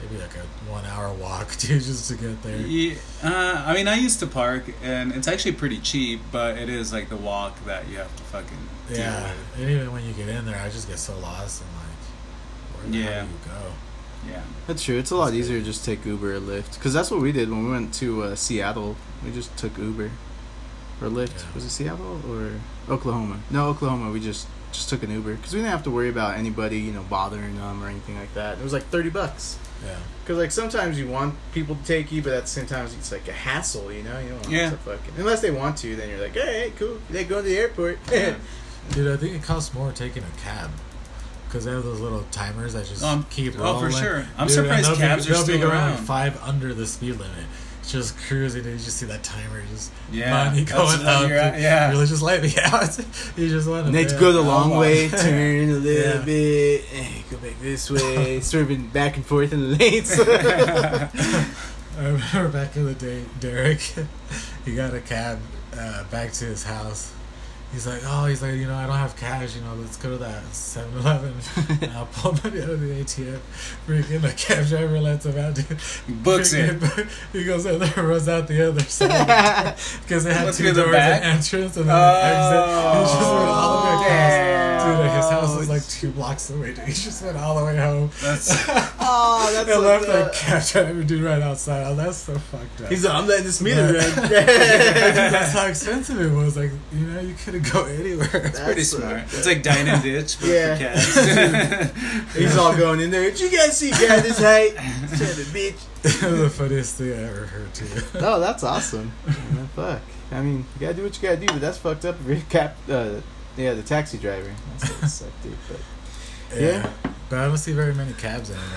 Speaker 3: Maybe like a one hour walk, dude, just to get there.
Speaker 2: Yeah, uh, I mean, I used to park, and it's actually pretty cheap, but it is like the walk that you have to fucking deal
Speaker 3: Yeah,
Speaker 2: with.
Speaker 3: and even when you get in there, I just get so lost. I'm like, where the
Speaker 2: Yeah.
Speaker 3: hell do you go?
Speaker 2: Yeah,
Speaker 1: That's true. It's a lot easier to just take Uber or Lyft. Because that's what we did when we went to uh, Seattle. We just took Uber or Lyft.
Speaker 3: Yeah.
Speaker 1: Was it Seattle or Oklahoma? No, Oklahoma. We just just took an Uber because we didn't have to worry about anybody, you know, bothering them or anything like that. It was like thirty bucks.
Speaker 3: Yeah,
Speaker 1: Because like sometimes you want people to take you, but at the same time it's like a hassle, you know. You don't want
Speaker 2: Yeah.
Speaker 1: to fucking unless they want to, then you're like, hey, cool. They go to the airport.
Speaker 2: Yeah.
Speaker 3: dude, I think it costs more taking a cab. Because they have those little timers that just
Speaker 2: Um,
Speaker 3: keep rolling.
Speaker 2: oh, for sure. I'm
Speaker 3: Dude, and
Speaker 2: surprised
Speaker 3: they'll be-
Speaker 2: cabs are
Speaker 3: they'll
Speaker 2: still
Speaker 3: be going
Speaker 2: around.
Speaker 3: Five under the speed limit, just cruising. And you just see that timer just
Speaker 2: Yeah,
Speaker 3: money
Speaker 2: that's what
Speaker 3: going up.
Speaker 2: you're at- yeah.
Speaker 3: really just let me out. you just let them.
Speaker 1: And they
Speaker 3: in.
Speaker 1: go the long
Speaker 3: Oh,
Speaker 1: way,
Speaker 3: wow.
Speaker 1: turn a little
Speaker 3: Yeah.
Speaker 1: bit, and go back this way, swerving back and forth in the lanes.
Speaker 3: I remember back in the day, Derek, he got a cab uh, back to his house. He's like, oh, he's like, you know, I don't have cash, you know, let's go to that 7 Eleven. And I'll pull money out of the ATM. Freaking the cab driver lets him out, dude.
Speaker 2: Books it.
Speaker 3: Freaking- He goes out there and runs out the other side. Because they had
Speaker 2: Must be
Speaker 3: two
Speaker 2: the
Speaker 3: doors,
Speaker 2: back?
Speaker 3: an entrance and then an exit. He just went all the way
Speaker 2: Oh,
Speaker 3: across.
Speaker 2: Damn.
Speaker 3: Dude, his house was like two blocks away, dude. He just went all the way home.
Speaker 2: That's
Speaker 1: oh, that's
Speaker 3: I
Speaker 1: so
Speaker 3: left
Speaker 1: good.
Speaker 3: that cab driver dude right outside. Oh, that's so fucked up.
Speaker 1: He's like, I'm letting this
Speaker 3: Yeah.
Speaker 1: meter run.
Speaker 3: that's how expensive it was. Like, you know, you couldn't go anywhere.
Speaker 2: pretty smart. It's like dine and ditch, but
Speaker 1: Yeah.
Speaker 2: for cats.
Speaker 1: He's all going in there. Did you guys see guy this height? Son of a bitch.
Speaker 3: the funniest thing I ever heard too.
Speaker 1: No, that's awesome. Yeah, fuck. I mean, you gotta do what you gotta do, but that's fucked up. If you're a cap, uh, yeah, the taxi driver. That's what sucked, dude. But Yeah.
Speaker 3: but I don't see very many cabs anymore.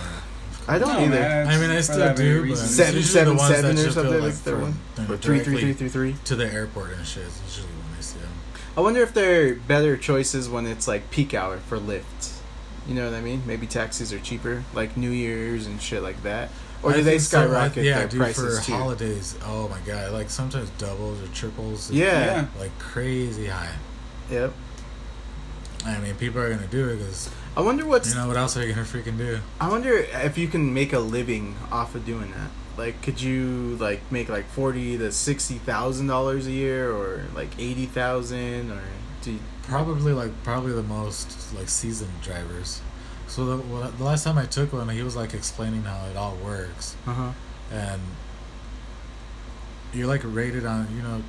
Speaker 1: I don't
Speaker 2: No,
Speaker 1: either.
Speaker 2: man,
Speaker 3: I mean, I
Speaker 2: for
Speaker 3: still
Speaker 2: that very
Speaker 3: do, but
Speaker 2: reason.
Speaker 3: it's
Speaker 1: Seven,
Speaker 3: usually
Speaker 1: seven,
Speaker 3: the ones
Speaker 1: seven
Speaker 3: that
Speaker 1: or
Speaker 3: just go,
Speaker 1: something
Speaker 3: like,
Speaker 1: like that
Speaker 3: from-
Speaker 1: one?
Speaker 3: you know,
Speaker 1: Or three, three,
Speaker 3: directly
Speaker 1: three, three, three.
Speaker 3: to the airport and shit. It's usually when I see them.
Speaker 1: I wonder if there are better choices when it's like peak hour for Lyft. You know what I mean? Maybe taxis are cheaper, like New Year's and shit like that. Or
Speaker 3: I
Speaker 1: do they
Speaker 3: think so. I-
Speaker 1: skyrocket
Speaker 3: yeah,
Speaker 1: their
Speaker 3: dude,
Speaker 1: prices
Speaker 3: for
Speaker 1: too?
Speaker 3: holidays? Oh my god! Like sometimes doubles or triples.
Speaker 1: Yeah.
Speaker 2: Yeah.
Speaker 3: like crazy high.
Speaker 1: Yep.
Speaker 3: I mean, people are gonna do it because
Speaker 1: I wonder what's.
Speaker 3: you know what else are you gonna freaking do?
Speaker 1: I wonder if you can make a living off of doing that. Like, could you like make like forty to sixty thousand dollars a year, or like eighty thousand, or do you,
Speaker 3: Probably like probably the most like seasoned drivers. So the, well, the last time I took one, he was like explaining how it all works,
Speaker 1: uh-huh.
Speaker 3: and you're like rated on you know.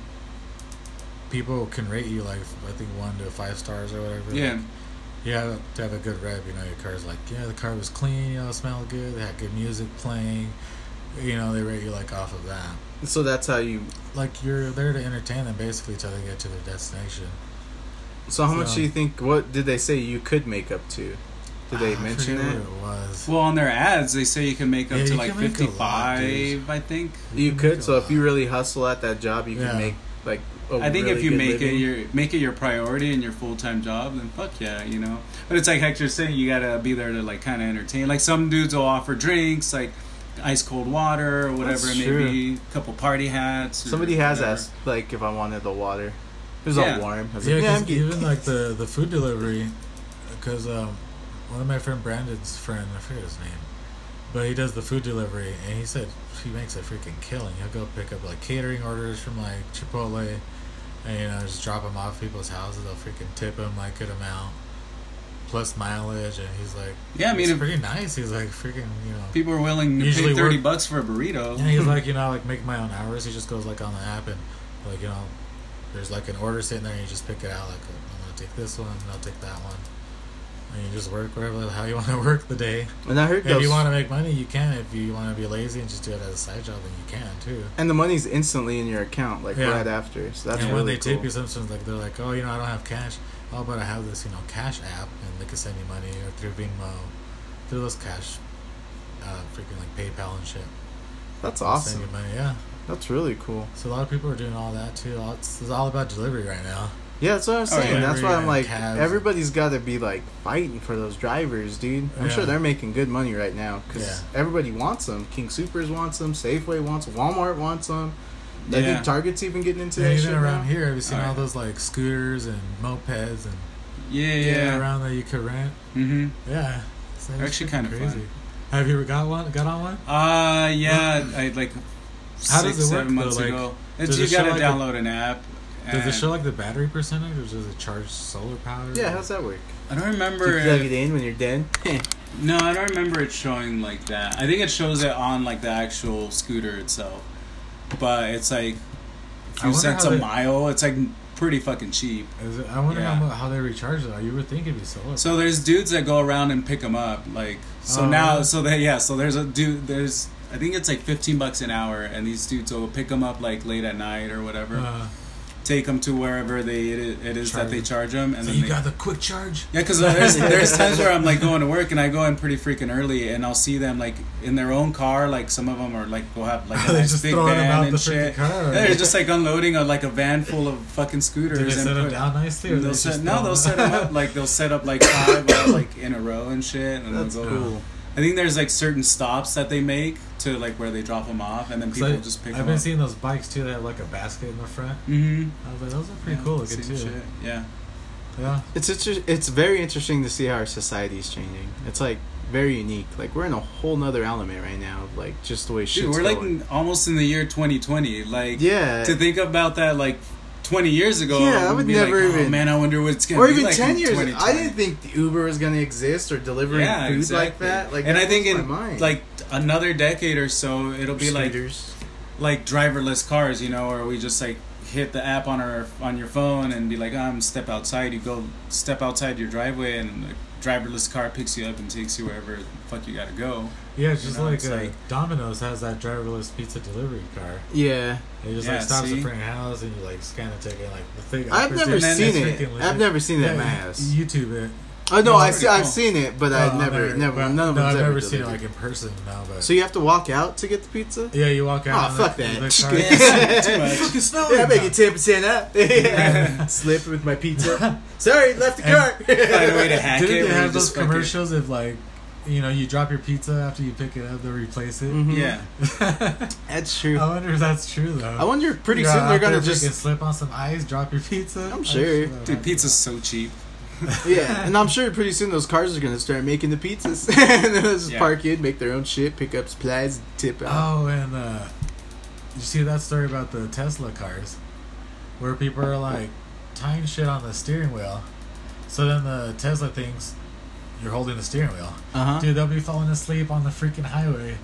Speaker 3: People can rate you like I think one to five stars or whatever.
Speaker 2: Yeah,
Speaker 3: You have to have a good rep. You know your car's like yeah the car was clean, you know it smelled good, they had good music playing. You know they rate you like off of that.
Speaker 1: So that's how you.
Speaker 3: Like you're there to entertain them basically till they get to their destination.
Speaker 1: So how much
Speaker 3: So-
Speaker 1: do you think? What did they say you could make up to? Did they
Speaker 3: Ah, I
Speaker 1: mention
Speaker 3: forget
Speaker 1: that?
Speaker 3: what it was?
Speaker 2: well, on their ads, they say you can make up
Speaker 3: Yeah,
Speaker 2: to
Speaker 3: you
Speaker 2: like
Speaker 3: can make a lot, dude.
Speaker 2: fifty-five. I think.
Speaker 1: You
Speaker 3: can make
Speaker 1: could.
Speaker 3: a
Speaker 1: So if
Speaker 3: lot.
Speaker 1: you really hustle at that job, you
Speaker 3: Yeah.
Speaker 1: can make like. a
Speaker 2: I think
Speaker 1: really
Speaker 2: if you
Speaker 1: good
Speaker 2: make it
Speaker 1: living.
Speaker 2: your make it your priority and your full time job, then fuck yeah, you know. But it's like Hector's saying, you gotta be there to like kind of entertain. Like some dudes will offer drinks, like ice cold water or whatever
Speaker 1: That's
Speaker 2: it may be, a couple party hats. or
Speaker 1: somebody has
Speaker 2: whatever.
Speaker 1: asked like if I wanted the water. It was
Speaker 2: Yeah.
Speaker 1: all warm. I was
Speaker 3: Yeah,
Speaker 1: like, yeah,
Speaker 3: 'cause
Speaker 1: I'm good.
Speaker 3: even like the the food delivery, because um, one of my friend Brandon's friend, I forget his name, but he does the food delivery, and he said he makes a freaking killing. He'll go pick up like catering orders from like Chipotle, and you know just drop them off at people's houses. They'll freaking tip him like good amount, plus mileage, and he's like,
Speaker 2: Yeah, I mean,
Speaker 3: it's
Speaker 2: if
Speaker 3: pretty nice. He's like freaking, you know.
Speaker 2: people are willing to
Speaker 3: Usually
Speaker 2: pay thirty
Speaker 3: work-
Speaker 2: bucks for a burrito.
Speaker 3: And he's like, you know, I, like make my own hours. He just goes like on the app and like you know, there's like an order sitting there, and you just pick it out. Like I'm gonna take this one, and I'll take that one. And you just work wherever the hell you want to work the day.
Speaker 1: And I heard
Speaker 3: If
Speaker 1: those.
Speaker 3: you want to make money, you can. If you want to be lazy and just do it as a side job, then you can too.
Speaker 1: and the money's instantly in your account, like
Speaker 3: Yeah.
Speaker 1: right after. So that's
Speaker 3: and
Speaker 1: really
Speaker 3: when they
Speaker 1: cool.
Speaker 3: tip you, sometimes like they're like, oh, you know, I don't have cash. oh, but I have this, you know, cash app, and they can send you money or through Venmo, through those cash, uh, freaking like PayPal and shit.
Speaker 1: That's
Speaker 3: They'll Send you
Speaker 1: awesome.
Speaker 3: money, yeah.
Speaker 1: That's really cool.
Speaker 3: So a lot of people are doing all that too. All- It's, it's all about delivery right now.
Speaker 1: Yeah, that's what I was
Speaker 2: Oh,
Speaker 1: saying.
Speaker 2: yeah,
Speaker 1: that's why I'm
Speaker 3: yeah,
Speaker 1: like,
Speaker 3: cabs.
Speaker 1: everybody's got to be like fighting for those drivers, dude. I'm sure
Speaker 3: Yeah.
Speaker 1: they're making good money right now because everybody wants them. King Supers wants them. Safeway wants them. Walmart wants them. I
Speaker 2: Yeah.
Speaker 1: think Target's even getting into
Speaker 3: Yeah,
Speaker 1: that
Speaker 3: even
Speaker 1: shit
Speaker 3: around
Speaker 1: now.
Speaker 3: here, have you seen
Speaker 2: Oh,
Speaker 3: all
Speaker 2: yeah.
Speaker 3: those like scooters and mopeds and
Speaker 2: Yeah, yeah.
Speaker 3: yeah. around that you could rent?
Speaker 2: Mm-hmm.
Speaker 3: Yeah, it's like- it's
Speaker 2: Actually
Speaker 3: freaking
Speaker 2: kind of fun.
Speaker 3: Have you ever got one? Got on one?
Speaker 2: Uh, yeah, I like six,
Speaker 3: How does it work,
Speaker 2: seven months
Speaker 3: though? Like,
Speaker 2: ago. It's,
Speaker 3: does
Speaker 2: you
Speaker 3: it show,
Speaker 2: gotta
Speaker 3: like, a-
Speaker 2: download an app.
Speaker 3: Does it
Speaker 2: and-
Speaker 3: show like the battery percentage, or does it charge solar power?
Speaker 1: Yeah, how's that work?
Speaker 2: I don't
Speaker 1: Do
Speaker 2: remember.
Speaker 1: you plug it
Speaker 2: if-
Speaker 1: in when you're dead?
Speaker 2: no, I don't remember it showing like that. I think it shows it on like the actual scooter itself, but it's like
Speaker 3: I
Speaker 2: few
Speaker 3: wonder
Speaker 2: cents
Speaker 3: how
Speaker 2: a
Speaker 3: they-
Speaker 2: mile. It's like pretty fucking cheap.
Speaker 3: Is it, I wonder
Speaker 2: Yeah.
Speaker 3: how, mu- how they recharge it. You would think it'd be solar.
Speaker 2: So there's dudes that go around and pick them up. Like so
Speaker 3: Oh,
Speaker 2: now,
Speaker 3: really?
Speaker 2: so they yeah. So there's a dude. There's I think it's like 15 bucks an hour, and these dudes will pick them up like late at night or whatever.
Speaker 3: uh,
Speaker 2: take them to wherever they it, i- it is
Speaker 3: Charge
Speaker 2: that they
Speaker 3: them.
Speaker 2: charge them, and
Speaker 3: so
Speaker 2: then
Speaker 3: you
Speaker 2: they,
Speaker 3: got the quick charge.
Speaker 2: yeah, because there's there's times where I'm like going to work and I go in pretty freaking early, and I'll see them like in their own car. Like some of them are like will have like a
Speaker 3: They're
Speaker 2: nice
Speaker 3: just
Speaker 2: big
Speaker 3: throwing 'em
Speaker 2: van
Speaker 3: out
Speaker 2: and
Speaker 3: the
Speaker 2: shit.
Speaker 3: freaking car, or-
Speaker 2: Yeah, They're just like unloading a, like a van full of fucking
Speaker 3: Do they
Speaker 2: scooters
Speaker 3: set
Speaker 2: and
Speaker 3: them
Speaker 2: put-
Speaker 3: down nicely? Or
Speaker 2: and
Speaker 3: they
Speaker 2: they'll
Speaker 3: just
Speaker 2: set,
Speaker 3: throw
Speaker 2: no, they'll set them up like they'll set up like five uh, like in a row and shit. And
Speaker 1: That's
Speaker 2: they'll go.
Speaker 1: cool.
Speaker 2: I think there's like certain stops that they make to like where they drop them off, and then
Speaker 3: 'Cause
Speaker 2: people
Speaker 3: I,
Speaker 2: just pick
Speaker 3: I've
Speaker 2: them
Speaker 3: been
Speaker 2: up.
Speaker 3: seeing those bikes too that have like a basket in the front.
Speaker 2: mm-hmm.
Speaker 3: I was like, those are pretty cool looking too.
Speaker 2: Yeah.
Speaker 3: Yeah.
Speaker 1: It's inter- it's very interesting to see how our society is changing. It's like very unique. Like we're in a whole nother element right now of like just the way shit's
Speaker 2: Dude, we're like
Speaker 1: going.
Speaker 2: in- almost in the year 2020. Like,
Speaker 1: yeah,
Speaker 2: to think about that, like 20 years ago,
Speaker 1: Yeah, I
Speaker 2: we'd
Speaker 1: would
Speaker 2: be
Speaker 1: never
Speaker 2: like, oh,
Speaker 1: even-
Speaker 2: man, I wonder what's gonna
Speaker 1: or
Speaker 2: be
Speaker 1: even
Speaker 2: like
Speaker 1: ten
Speaker 2: in
Speaker 1: years. I
Speaker 2: 2020.
Speaker 1: didn't think the Uber was gonna exist or delivering
Speaker 2: yeah,
Speaker 1: food
Speaker 2: exactly.
Speaker 1: like that. Like,
Speaker 2: and
Speaker 1: that
Speaker 2: I think
Speaker 1: blows
Speaker 2: in
Speaker 1: my mind.
Speaker 2: like another decade or so, it'll be like
Speaker 1: Scooters.
Speaker 2: like driverless cars, you know, or we just like hit the app on our on your phone and be like, I'm step outside. You go step outside your driveway, and the driverless car picks you up and takes you wherever the fuck you gotta go.
Speaker 3: Yeah, it's just
Speaker 2: know,
Speaker 3: like,
Speaker 2: it's
Speaker 3: uh,
Speaker 2: like-
Speaker 3: Domino's has that driverless pizza delivery car.
Speaker 1: yeah,
Speaker 3: It just
Speaker 2: Yeah,
Speaker 3: like stops
Speaker 2: see?
Speaker 3: at front house and you like scan a ticket like the thing.
Speaker 1: I've
Speaker 3: operates
Speaker 1: never
Speaker 3: in-
Speaker 1: seen
Speaker 3: it's
Speaker 1: it.
Speaker 3: freaking
Speaker 1: I've
Speaker 3: legit.
Speaker 1: never seen that
Speaker 3: Yeah,
Speaker 1: in my
Speaker 3: you-
Speaker 1: house.
Speaker 3: you YouTube it.
Speaker 1: Oh no,
Speaker 2: No,
Speaker 1: I
Speaker 2: it's
Speaker 1: see, I've
Speaker 2: cool.
Speaker 1: seen it, but
Speaker 3: No,
Speaker 1: I've never, never,
Speaker 3: but-
Speaker 1: none of
Speaker 3: no,
Speaker 1: them's
Speaker 3: I've
Speaker 1: ever,
Speaker 3: never seen it
Speaker 1: delivered.
Speaker 3: like in person. No, but
Speaker 1: So you have to walk out to get the pizza.
Speaker 3: yeah, you walk out.
Speaker 1: Aw,
Speaker 3: and
Speaker 1: fuck
Speaker 3: the-
Speaker 1: that.
Speaker 3: the car-
Speaker 2: Yeah, too much.
Speaker 3: Fucking snowing.
Speaker 1: Yeah, I make it ten percent up. Yeah. Slip with my pizza. Sorry, left the
Speaker 3: And-
Speaker 1: car.
Speaker 2: Find a way to hack it.
Speaker 3: Didn't
Speaker 2: where
Speaker 3: they
Speaker 2: you
Speaker 3: have those
Speaker 2: just fucking-
Speaker 3: commercials of like, you know, you drop your pizza after you pick it up, they'll replace it.
Speaker 1: Mhm.
Speaker 2: Mm-hmm. Yeah.
Speaker 1: That's
Speaker 3: I
Speaker 1: true.
Speaker 3: wonder if that's true though.
Speaker 1: I wonder. if Pretty
Speaker 3: You're
Speaker 1: soon
Speaker 3: out
Speaker 1: they're gonna
Speaker 3: there, freaking
Speaker 1: just
Speaker 3: slip on some ice, drop your pizza.
Speaker 1: I'm sure.
Speaker 2: Dude, pizza's so cheap.
Speaker 1: yeah, and I'm sure pretty soon those cars are gonna start making the pizzas. and then they'll just
Speaker 2: Yeah.
Speaker 1: park in, make their own shit, pick up supplies, tip out.
Speaker 3: Oh, and uh, you see that story about the Tesla cars, where people are like tying shit on the steering wheel, so then the Tesla thinks you're holding the steering wheel.
Speaker 1: Uh huh.
Speaker 3: Dude, they'll be falling asleep on the freaking highway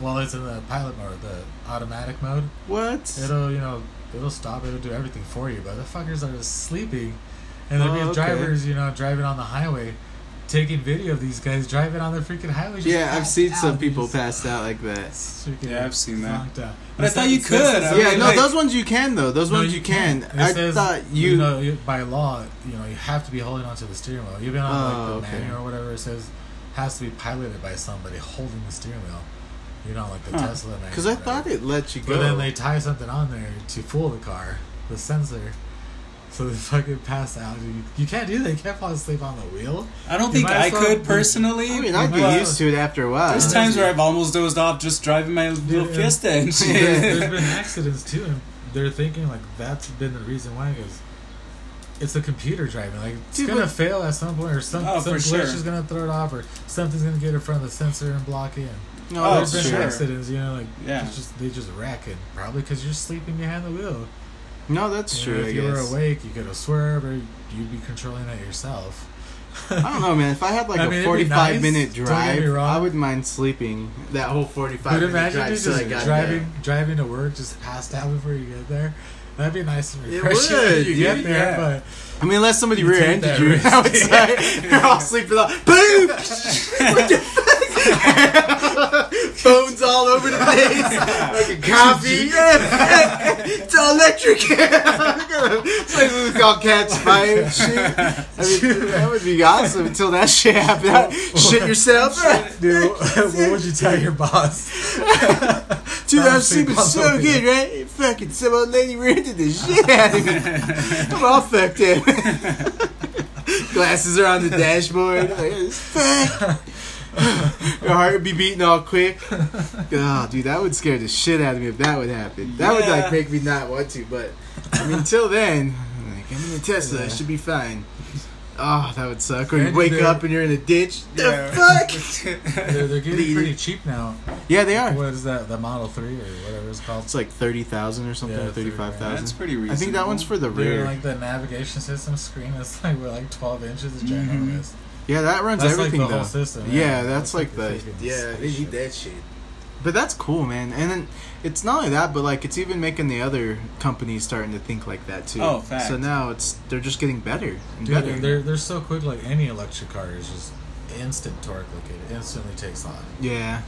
Speaker 3: while it's in the pilot mode, the automatic mode.
Speaker 1: What?
Speaker 3: It'll, you know, it'll stop, it'll do everything for you, but the fuckers are just sleeping. And there'll
Speaker 1: Oh,
Speaker 3: be
Speaker 1: okay.
Speaker 3: drivers, you know, driving on the highway, taking video of these guys driving on the freaking highway. just
Speaker 1: Yeah, I've
Speaker 3: passed
Speaker 1: seen
Speaker 3: out,
Speaker 1: some
Speaker 3: dude,
Speaker 1: people
Speaker 3: just-
Speaker 1: pass out like that.
Speaker 3: freaking
Speaker 2: Yeah, I've seen that.
Speaker 3: zonked out.
Speaker 2: But I
Speaker 3: It's
Speaker 2: thought
Speaker 3: not-
Speaker 2: you
Speaker 3: it's- it's-
Speaker 2: could. I
Speaker 3: it's-
Speaker 2: mean,
Speaker 1: Yeah, no,
Speaker 2: like-
Speaker 1: those ones you can though. Those
Speaker 3: no,
Speaker 1: ones you can.
Speaker 3: It
Speaker 1: I
Speaker 3: says,
Speaker 1: thought you.
Speaker 3: know, you- by law, you know, you have to be holding onto the steering wheel. Even on
Speaker 1: Oh,
Speaker 3: like the
Speaker 1: okay.
Speaker 3: manual or whatever, it says has to be piloted by somebody holding the steering wheel. You know, like the
Speaker 2: Huh.
Speaker 3: Tesla. manual,
Speaker 1: Because I
Speaker 3: right?
Speaker 1: thought it let you
Speaker 3: But
Speaker 1: go.
Speaker 3: then they tie something on there to fool the car, the sensor. So they fucking pass out. You, you can't do that. You can't fall asleep on the wheel.
Speaker 2: I don't
Speaker 3: You
Speaker 2: think
Speaker 3: might
Speaker 2: I
Speaker 3: as well-
Speaker 2: could personally.
Speaker 1: I mean, I
Speaker 3: Well,
Speaker 1: get used to it after a while.
Speaker 2: There's
Speaker 3: Uh,
Speaker 2: times where I've almost dozed off just driving my little
Speaker 3: Yeah.
Speaker 2: Fiesta and
Speaker 3: There's, there's
Speaker 2: shit.
Speaker 3: been accidents too, and they're thinking like that's been the reason why because it's a computer driving. Like it's
Speaker 1: Dude,
Speaker 3: gonna
Speaker 1: but-
Speaker 3: fail at some point, or some,
Speaker 2: Oh,
Speaker 3: some
Speaker 2: for
Speaker 3: glitch
Speaker 2: sure.
Speaker 3: is gonna throw it off, or something's gonna get in front of the sensor and block in.
Speaker 1: No,
Speaker 2: Oh,
Speaker 1: that's
Speaker 3: there's
Speaker 1: true.
Speaker 2: for
Speaker 3: been
Speaker 2: sure.
Speaker 3: accidents, you know, like
Speaker 2: Yeah.
Speaker 3: it's just they just wreck it probably because you're sleeping behind the wheel.
Speaker 1: No, that's
Speaker 3: You know,
Speaker 1: true.
Speaker 3: if
Speaker 1: I
Speaker 3: you
Speaker 1: guess.
Speaker 3: were awake, you could have swerved, or you'd be controlling it yourself.
Speaker 1: I don't know, man. If I had like
Speaker 3: I
Speaker 1: a
Speaker 3: mean, it'd be
Speaker 1: 45
Speaker 3: nice,
Speaker 1: minute
Speaker 3: don't get me
Speaker 1: drive,
Speaker 3: wrong.
Speaker 1: I wouldn't mind sleeping that whole 45
Speaker 3: But
Speaker 1: minute
Speaker 3: imagine
Speaker 1: drive
Speaker 3: you
Speaker 1: till I
Speaker 3: just
Speaker 1: got
Speaker 3: driving driving to work just passed out before you get there. That'd be nice and
Speaker 1: It
Speaker 3: refreshing when
Speaker 1: would,
Speaker 3: you get
Speaker 1: dude,
Speaker 3: there,
Speaker 2: yeah.
Speaker 3: but
Speaker 1: there. I mean, unless somebody
Speaker 3: You take
Speaker 1: rear ended
Speaker 3: that
Speaker 1: you
Speaker 3: risk.
Speaker 1: outside, you're all sleeping out. Boom! what the fuck? Phones all over the place. Like a coffee. Yeah, it's electric. this place is called Cat's Fire. and Shit. I mean, that would be awesome until that shit happened. shit yourself,
Speaker 3: Dude, what would you tell your boss?
Speaker 1: dude. I'm
Speaker 3: I'm sleeping
Speaker 1: sleeping so
Speaker 3: on
Speaker 1: good,
Speaker 3: the-
Speaker 1: right? Fucking some old lady rented the shit out of me. I'm all fucked up. Glasses are on the dashboard. Like, fuck. Your heart would be beating all quick. Oh, dude, that would scare the shit out of me if that would happen. That would
Speaker 2: Yeah.
Speaker 1: like make me not want to. But I mean, until then, like, I'm in a Tesla. I
Speaker 3: Yeah.
Speaker 1: should be fine. Oh, that would suck. Or you
Speaker 3: And
Speaker 1: wake
Speaker 3: they're-
Speaker 1: up and you're in a ditch.
Speaker 2: Yeah.
Speaker 1: The fuck?
Speaker 3: They're, they're
Speaker 1: Bleed.
Speaker 3: getting pretty cheap now.
Speaker 1: Yeah, they are.
Speaker 3: What is that? The Model 3 or whatever it's called?
Speaker 1: It's like thirty thousand or something,
Speaker 3: Yeah,
Speaker 1: or thirty-five
Speaker 2: That's
Speaker 1: thousand.
Speaker 2: pretty reasonable.
Speaker 1: I think that one's for the
Speaker 3: Dude,
Speaker 1: rear.
Speaker 3: like the navigation system screen is like we're like 12 inches. It's
Speaker 2: Mhm.
Speaker 3: ginormous.
Speaker 1: yeah, that runs
Speaker 3: That's like
Speaker 1: Mm-hmm. everything
Speaker 3: the
Speaker 1: though.
Speaker 3: whole system.
Speaker 1: yeah, that's like the
Speaker 3: freaking spaceship.
Speaker 1: that shit. But that's cool, man. And then it's not only that, but like it's even making the other companies starting to think like that too.
Speaker 2: Oh, fact.
Speaker 1: So now it's they're just getting better and
Speaker 3: Dude,
Speaker 1: better.
Speaker 3: and they're they're so quick. Like any electric car is just instant torque. Like it instantly takes off.
Speaker 1: yeah.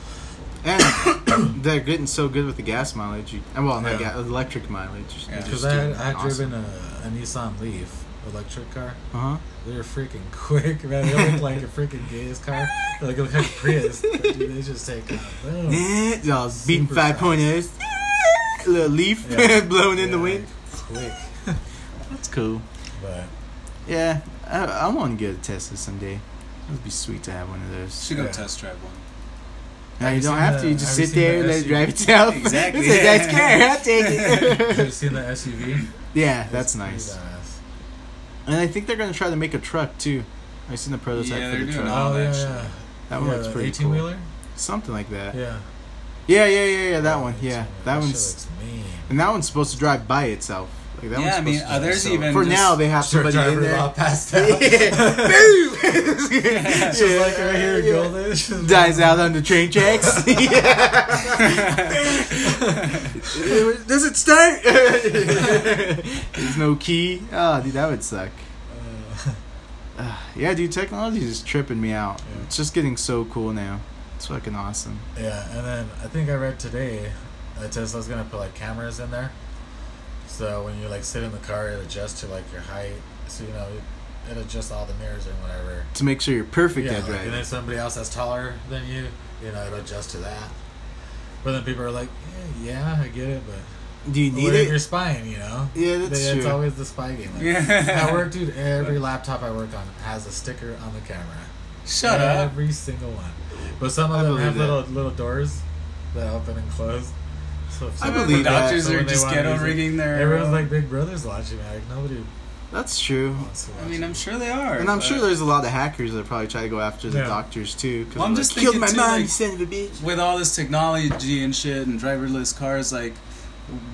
Speaker 1: And they're getting so good with the gas mileage. you- and Well, not
Speaker 3: Yeah.
Speaker 1: gas, electric mileage.
Speaker 2: Yeah.
Speaker 3: Because I had, I had driven a, a Nissan Leaf electric car.
Speaker 1: Uh huh.
Speaker 3: They're freaking quick, man. They look like a freaking Gaius car. They look like a Prius. But, dude, they just take off. Boom.
Speaker 1: Nah, y'all beating
Speaker 3: Super
Speaker 1: five
Speaker 3: fast.
Speaker 1: point eight. Little leaf
Speaker 3: Yeah.
Speaker 1: blowing in the
Speaker 3: Yeah,
Speaker 1: wind.
Speaker 3: Quick.
Speaker 1: That's cool.
Speaker 3: But
Speaker 1: Yeah, I, I want to get a Tesla someday. It would be sweet to have one of those.
Speaker 2: Should go
Speaker 3: Yeah.
Speaker 2: test drive one.
Speaker 1: Now
Speaker 3: Have
Speaker 1: you
Speaker 3: you
Speaker 1: don't
Speaker 3: seen
Speaker 1: have to.
Speaker 3: the-
Speaker 1: You just
Speaker 3: have you
Speaker 1: sit
Speaker 3: seen
Speaker 1: there
Speaker 3: the
Speaker 1: and let it
Speaker 3: SUV?
Speaker 1: drive itself.
Speaker 2: Exactly.
Speaker 1: it's a nice car. I'll take
Speaker 3: have you
Speaker 1: it.
Speaker 3: seen the SUV?
Speaker 1: yeah, that's
Speaker 3: It's pretty
Speaker 1: nice.
Speaker 3: badass.
Speaker 1: And I think they're gonna try to make a truck too. I seen the prototype
Speaker 2: Yeah,
Speaker 1: for
Speaker 2: they're
Speaker 1: the
Speaker 2: doing
Speaker 1: truck.
Speaker 2: all-
Speaker 3: Oh, yeah,
Speaker 2: that shit.
Speaker 3: yeah.
Speaker 1: That one
Speaker 3: yeah,
Speaker 1: looks pretty
Speaker 3: 18
Speaker 1: cool.
Speaker 3: wheeler?
Speaker 1: Something like that. Yeah.
Speaker 3: Yeah.
Speaker 1: yeah, yeah, yeah, that one. Yeah,
Speaker 3: That
Speaker 1: that
Speaker 3: shit
Speaker 1: one's
Speaker 3: looks mean.
Speaker 1: and that one's supposed to drive by itself. Like that
Speaker 2: Yeah,
Speaker 1: one's
Speaker 2: I
Speaker 1: supposed
Speaker 2: mean,
Speaker 1: to
Speaker 2: uh,
Speaker 1: drive
Speaker 2: there's
Speaker 1: itself.
Speaker 2: even
Speaker 1: for
Speaker 2: just-
Speaker 1: now they have
Speaker 3: Truck
Speaker 1: somebody in
Speaker 3: driver
Speaker 1: there.
Speaker 3: law passed
Speaker 1: Yeah.
Speaker 3: out.
Speaker 1: Boom!
Speaker 3: It's just like right here,
Speaker 1: Yeah.
Speaker 3: golden. It's just-
Speaker 1: dies out on the train tracks. Does it start? There's no key. Oh, dude, that would suck. Ah,
Speaker 3: Uh,
Speaker 1: Yeah, dude, technology is tripping me out.
Speaker 3: Yeah.
Speaker 1: It's just getting so cool now. It's fucking awesome.
Speaker 3: yeah, and then I think I read today that Tesla's gonna put like cameras in there, so when you like sit in the car, it adjusts to like your height, so you know it, it adjusts all the mirrors and whatever.
Speaker 1: To make sure you're perfect
Speaker 3: Yeah,
Speaker 1: at
Speaker 3: like, and
Speaker 1: driving.
Speaker 3: if somebody else that's taller than you, you know, it adjusts to that. But then people are like, yeah, yeah I get it, but
Speaker 1: Do you
Speaker 3: what
Speaker 1: need
Speaker 3: if you're
Speaker 1: it?
Speaker 3: spying, you know?
Speaker 1: Yeah, that's
Speaker 3: It's
Speaker 1: true.
Speaker 3: always the spy game. Like, At work, dude, every laptop I work on has a sticker on the camera.
Speaker 2: Shut up.
Speaker 3: Every single one. But some
Speaker 1: I
Speaker 3: of them have
Speaker 1: believe that.
Speaker 3: little little doors that open and close. So if
Speaker 1: I
Speaker 3: someone-
Speaker 1: believe that.
Speaker 2: doctors
Speaker 3: So
Speaker 2: are
Speaker 3: when they
Speaker 2: just
Speaker 3: want
Speaker 2: ghetto
Speaker 3: music,
Speaker 2: rigging their.
Speaker 3: Everyone's
Speaker 2: uh,
Speaker 3: like Big Brother's watching. Like nobody
Speaker 1: That's true.
Speaker 3: wants to watch.
Speaker 2: I mean, I'm
Speaker 3: it.
Speaker 2: sure they are.
Speaker 1: And I'm
Speaker 2: but-
Speaker 1: sure there's a lot of hackers that probably try to go after the
Speaker 3: Yeah.
Speaker 1: doctors too. Cause
Speaker 2: Well, I'm
Speaker 1: they're
Speaker 2: just
Speaker 1: like, killed
Speaker 2: thinking
Speaker 1: my
Speaker 2: too,
Speaker 1: mom,
Speaker 2: like-
Speaker 1: you son of a bitch.
Speaker 2: with all this technology and shit and driverless cars, like,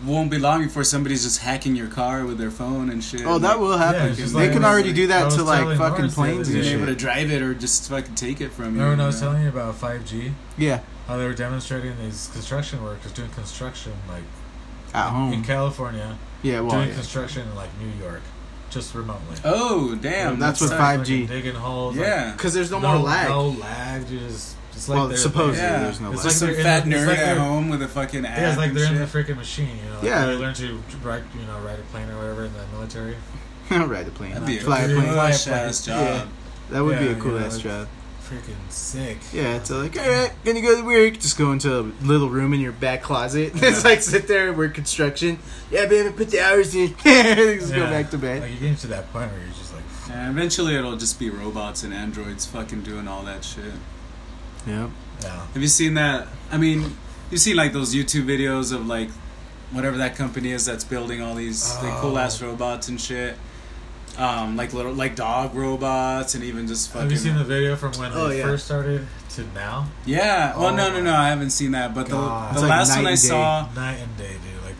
Speaker 2: won't be long before somebody's just hacking your car with their phone and shit.
Speaker 1: Oh, that will
Speaker 3: Yeah,
Speaker 1: happen.
Speaker 3: it's just
Speaker 1: they
Speaker 3: like-
Speaker 1: can already do
Speaker 3: I
Speaker 1: that
Speaker 3: was
Speaker 1: to like
Speaker 3: telling
Speaker 1: fucking
Speaker 3: Lawrence the other
Speaker 1: planes
Speaker 2: Being
Speaker 1: and
Speaker 3: day-
Speaker 2: able to
Speaker 1: shit.
Speaker 2: drive it or just fucking take it from you.
Speaker 3: Remember when I was
Speaker 2: you know?
Speaker 3: telling you about 5G?
Speaker 1: Yeah,
Speaker 3: How they were demonstrating these construction workers doing construction like
Speaker 1: at
Speaker 2: Hmm.
Speaker 3: in
Speaker 1: home.
Speaker 3: California,
Speaker 1: Yeah, well,
Speaker 3: doing
Speaker 1: yeah.
Speaker 3: construction in like New York, just remotely.
Speaker 2: Oh, damn.
Speaker 1: Um, that's what
Speaker 2: sucks.
Speaker 1: five-
Speaker 3: Fucking
Speaker 1: 5G.
Speaker 3: digging holes. like,
Speaker 2: Yeah.
Speaker 1: Because there's no, more lag.
Speaker 3: No lag. You just it's like
Speaker 1: well,
Speaker 3: they're-
Speaker 1: supposedly
Speaker 2: Yeah.
Speaker 1: there's no
Speaker 3: It's
Speaker 1: lag.
Speaker 2: Just some
Speaker 3: like they're in
Speaker 2: fat
Speaker 3: the- it's
Speaker 2: nerd
Speaker 3: like
Speaker 2: at
Speaker 3: they're-
Speaker 2: home with a fucking app.
Speaker 3: Yeah, it's like
Speaker 2: and
Speaker 3: they're in
Speaker 2: shit.
Speaker 3: the freaking machine, you know. Like
Speaker 1: Yeah.
Speaker 3: They learn to ride, you know, ride a plane or whatever in the military.
Speaker 1: I'll ride a plane.
Speaker 2: That'd be a
Speaker 1: Fly a plane.
Speaker 3: Fly a
Speaker 2: flash
Speaker 3: plane.
Speaker 2: ass job.
Speaker 1: Yeah. That would be
Speaker 3: Yeah,
Speaker 1: a cool
Speaker 3: yeah,
Speaker 1: ass
Speaker 3: like-
Speaker 1: job.
Speaker 3: Freaking sick.
Speaker 1: Yeah, it's like, all right, gonna go to work. Just go into a little room in your back closet. It's like sit there and work construction. Yeah, baby, put the hours in. just go
Speaker 3: Yeah.
Speaker 1: back to bed.
Speaker 3: Like you get to that point where you're just like, f-
Speaker 2: And eventually it'll just be robots and androids fucking doing all that shit.
Speaker 1: Yep.
Speaker 3: yeah.
Speaker 2: Have you seen that? I mean, you've seen like those YouTube videos of like whatever that company is that's building all these like, cool ass
Speaker 3: Oh.
Speaker 2: robots and shit. Um, like little like dog robots and even just fucking
Speaker 3: Have you seen the video from when
Speaker 1: Oh,
Speaker 3: we
Speaker 1: yeah.
Speaker 3: first started to now?
Speaker 2: yeah. Well,
Speaker 3: Oh
Speaker 2: no, no, no, I haven't seen that. But the,
Speaker 3: God.
Speaker 2: the
Speaker 3: It's
Speaker 1: like
Speaker 2: last one
Speaker 1: night
Speaker 2: I
Speaker 1: and day.
Speaker 2: saw,
Speaker 3: Night and day, dude. Like,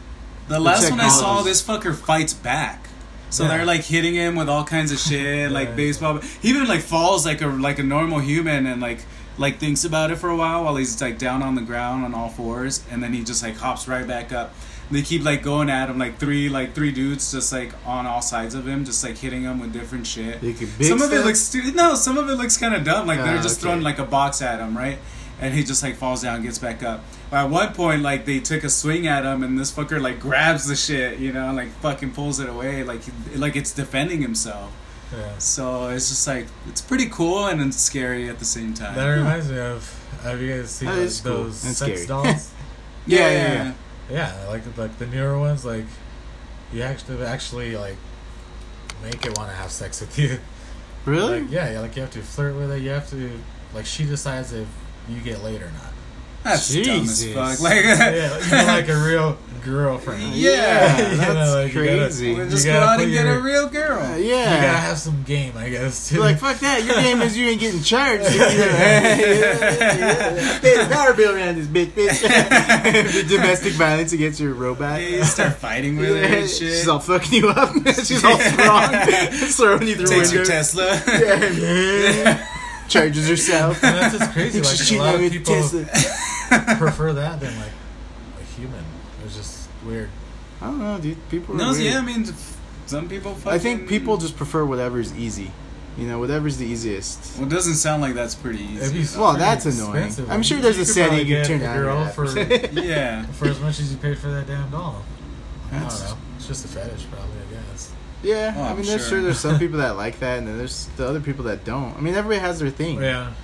Speaker 2: the last one I saw,
Speaker 1: technology.
Speaker 2: this fucker fights back. So
Speaker 3: Yeah.
Speaker 2: they're like hitting him with all kinds of shit, like
Speaker 3: Yeah.
Speaker 2: baseball. He even like falls like a like a normal human and like like thinks about it for a while while he's like down on the ground on all fours, and then he just like hops right back up. They keep like going at him, like three like three dudes just like on all sides of him, just like hitting him with different shit
Speaker 1: They could big
Speaker 2: some of it
Speaker 1: stuff.
Speaker 2: looks stu- no some of it looks kind of dumb like
Speaker 1: Ah,
Speaker 2: they're just
Speaker 1: okay.
Speaker 2: throwing like a box at him right and he just like falls down, gets back up. But at one point, like they took a swing at him, and this fucker like grabs the shit, you know, and, like fucking pulls it away, like he- like it's defending himself.
Speaker 3: Yeah.
Speaker 2: So it's just like it's pretty cool and it's scary at the same time.
Speaker 3: That reminds me of have you guys seen
Speaker 1: That
Speaker 3: those,
Speaker 1: is cool.
Speaker 3: those
Speaker 1: That's
Speaker 3: sex
Speaker 1: scary.
Speaker 3: dolls?
Speaker 1: Yeah, yeah, yeah.
Speaker 3: yeah, like like the newer ones, like you actually actually like make it want to have sex with you.
Speaker 1: Really?
Speaker 3: Like, yeah, yeah, like you have to flirt with it. You have to like she decides if you get laid or not.
Speaker 2: That's
Speaker 1: Jesus.
Speaker 2: dumb as fuck. Like,
Speaker 3: yeah, like, you're like a real girlfriend.
Speaker 2: Yeah,
Speaker 1: that's
Speaker 3: you know, like, you gotta-
Speaker 1: crazy.
Speaker 2: Well, just
Speaker 3: You
Speaker 2: go
Speaker 3: gotta
Speaker 2: out and
Speaker 3: put
Speaker 2: get a
Speaker 3: your-
Speaker 2: real girl.
Speaker 1: Uh,
Speaker 3: You gotta
Speaker 1: yeah.
Speaker 3: have some game, I guess. Too.
Speaker 1: You're like fuck that. Your name is you ain't getting charged. Yeah, yeah, yeah. There's a dollar bill around this bitch, bitch. Domestic violence against your robot.
Speaker 2: You start fighting with her and shit.
Speaker 1: She's all fucking you up. She's all strong, throwing you through
Speaker 2: Takes your
Speaker 1: windows.
Speaker 2: Tesla.
Speaker 1: Yeah. Charges herself.
Speaker 3: And that's just crazy.
Speaker 1: Think she's
Speaker 3: Like a
Speaker 1: cheating
Speaker 3: lot
Speaker 1: on
Speaker 3: of
Speaker 1: me with
Speaker 3: people
Speaker 1: Tesla.
Speaker 3: prefer that than like a human. It's just weird.
Speaker 1: I don't know, dude. People are
Speaker 2: No,
Speaker 1: weird.
Speaker 2: yeah, I mean, f- some people fucking.
Speaker 1: I think people just prefer whatever's easy. You know, whatever's the easiest.
Speaker 2: Well, it doesn't sound like that's pretty
Speaker 3: It'd
Speaker 2: easy.
Speaker 3: be
Speaker 1: Well,
Speaker 3: pretty
Speaker 1: that's annoying.
Speaker 3: expensive.
Speaker 1: I'm sure there's a
Speaker 3: could
Speaker 1: setting
Speaker 3: probably
Speaker 1: you
Speaker 3: get
Speaker 1: turn
Speaker 3: a
Speaker 1: out
Speaker 3: girl
Speaker 1: that.
Speaker 3: for
Speaker 2: yeah.
Speaker 3: for as much as you paid for that damn doll.
Speaker 1: That's-
Speaker 3: I don't know. It's just a fetish, probably. I guess.
Speaker 1: Yeah,
Speaker 2: Oh,
Speaker 1: I
Speaker 2: I'm
Speaker 1: mean, there's
Speaker 2: sure.
Speaker 1: sure. there's some people that like that, and then there's the other people that don't. I mean, everybody has their thing.
Speaker 3: Yeah.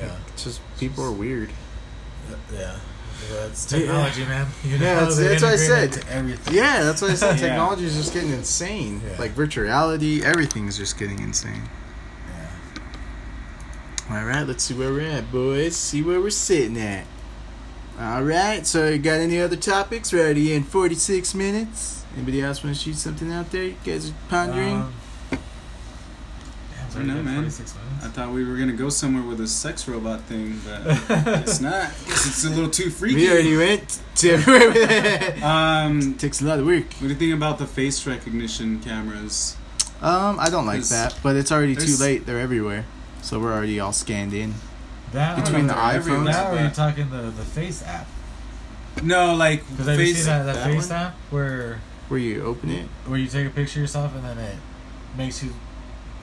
Speaker 3: Yeah.
Speaker 1: It's just people are weird.
Speaker 3: Yeah. That's technology, man. You know,
Speaker 1: Yeah, that's-
Speaker 3: they
Speaker 1: that's what I
Speaker 3: integrate
Speaker 1: said.
Speaker 3: into Everything.
Speaker 1: Yeah, that's why I said
Speaker 2: Yeah.
Speaker 1: technology is just getting insane.
Speaker 3: Yeah.
Speaker 1: Like virtuality, everything's just getting insane.
Speaker 3: Yeah.
Speaker 1: All right, let's see where we're at, boys. See where we're sitting at. All right, so you got any other topics? We're already in 46 minutes. Anybody else want to shoot something out there? You guys are pondering.
Speaker 3: Um, damn, it's already
Speaker 2: know,
Speaker 3: been
Speaker 2: man.
Speaker 3: 46
Speaker 2: I
Speaker 3: minutes.
Speaker 2: thought we were gonna go somewhere with a sex robot thing, but it's not. 'cause It's a little too
Speaker 1: we
Speaker 2: freaky.
Speaker 1: already went to.
Speaker 2: Um,
Speaker 1: Takes a lot of work.
Speaker 2: what do you think about the face recognition cameras?
Speaker 1: Um, I don't like
Speaker 2: There's-
Speaker 1: that, but it's already too
Speaker 2: there's-
Speaker 1: late. They're everywhere, so we're already all scanned in.
Speaker 3: That or
Speaker 1: Between the
Speaker 2: They're everywhere,
Speaker 1: iPhones?
Speaker 3: That or you're
Speaker 2: but-
Speaker 3: talking the, the face app.
Speaker 2: No, like
Speaker 3: Because have you
Speaker 2: face.
Speaker 3: seen that, that,
Speaker 1: that
Speaker 3: face
Speaker 1: one?
Speaker 3: app where
Speaker 1: Where you open it?
Speaker 3: where you take a picture of yourself and then it makes you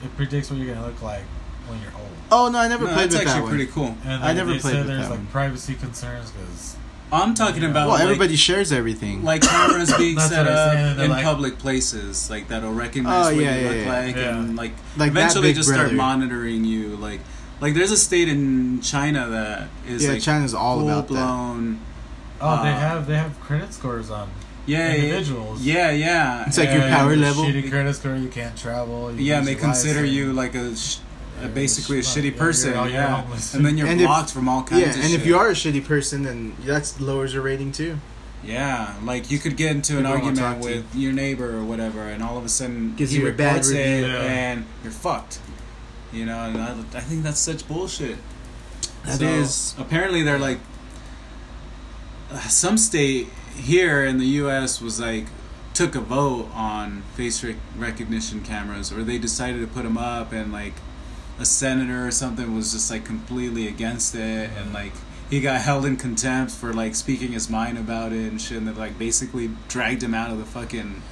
Speaker 3: it predicts what you're gonna look like when you're old.
Speaker 1: Oh no, I never
Speaker 2: No,
Speaker 1: played
Speaker 2: that's
Speaker 1: with that
Speaker 2: actually
Speaker 1: one.
Speaker 2: pretty cool.
Speaker 3: And
Speaker 1: I
Speaker 3: they-
Speaker 1: never
Speaker 3: they
Speaker 1: played
Speaker 3: said
Speaker 1: with
Speaker 3: there's
Speaker 1: that
Speaker 3: like
Speaker 1: one.
Speaker 3: privacy concerns because
Speaker 2: I'm talking about
Speaker 1: Well,
Speaker 2: like,
Speaker 1: everybody shares everything.
Speaker 2: like cameras being
Speaker 3: That's
Speaker 2: set
Speaker 3: what I was
Speaker 2: up
Speaker 3: saying, they're
Speaker 2: in
Speaker 3: like-
Speaker 2: public places, like that'll recognize
Speaker 1: Oh,
Speaker 2: what
Speaker 1: yeah,
Speaker 2: you
Speaker 1: yeah,
Speaker 2: look
Speaker 1: yeah.
Speaker 2: like,
Speaker 3: Yeah.
Speaker 2: and like,
Speaker 1: Like that
Speaker 2: eventually
Speaker 1: Big
Speaker 2: just start
Speaker 1: Brother.
Speaker 2: monitoring you. Like, like there's a state in China that is
Speaker 1: yeah,
Speaker 2: like
Speaker 1: China's all
Speaker 2: full
Speaker 1: about that.
Speaker 2: blown.
Speaker 3: oh they
Speaker 2: Uh,
Speaker 3: have they have credit scores on
Speaker 2: Yeah,
Speaker 3: Individuals.
Speaker 2: Yeah, yeah.
Speaker 1: It's like your
Speaker 2: And-
Speaker 1: power level.
Speaker 3: Shitty credit score, you can't travel. You
Speaker 2: Yeah, and
Speaker 3: lose
Speaker 2: they
Speaker 3: your
Speaker 2: consider
Speaker 3: license.
Speaker 2: you like a, sh-
Speaker 3: Yeah,
Speaker 2: a basically a
Speaker 3: you're
Speaker 2: shitty
Speaker 3: schmuck.
Speaker 2: person.
Speaker 3: Yeah, you're- you're
Speaker 2: yeah,
Speaker 3: homeless.
Speaker 2: and then you're
Speaker 1: And if-
Speaker 2: blocked from all kinds
Speaker 1: Yeah,
Speaker 2: of
Speaker 1: and
Speaker 2: shit.
Speaker 1: if you are a shitty person, then that lowers your rating too.
Speaker 2: Yeah, like you could get into an
Speaker 1: People won't
Speaker 2: argument
Speaker 1: talk to you.
Speaker 2: with your neighbor or whatever, and all of a sudden
Speaker 1: Gives
Speaker 2: he
Speaker 1: you a bad
Speaker 2: reports it,
Speaker 1: review.
Speaker 3: Yeah.
Speaker 2: and you're fucked. You know, and I, I think that's such bullshit.
Speaker 1: That
Speaker 2: So,
Speaker 1: is-
Speaker 2: apparently they're like uh, some state here in the U.S. was like took a vote on face rec- recognition cameras, or they decided to put them up, and like a senator or something was just like completely against it, and like he got held in contempt for like speaking his mind about it and shit, and they like basically dragged him out of the fucking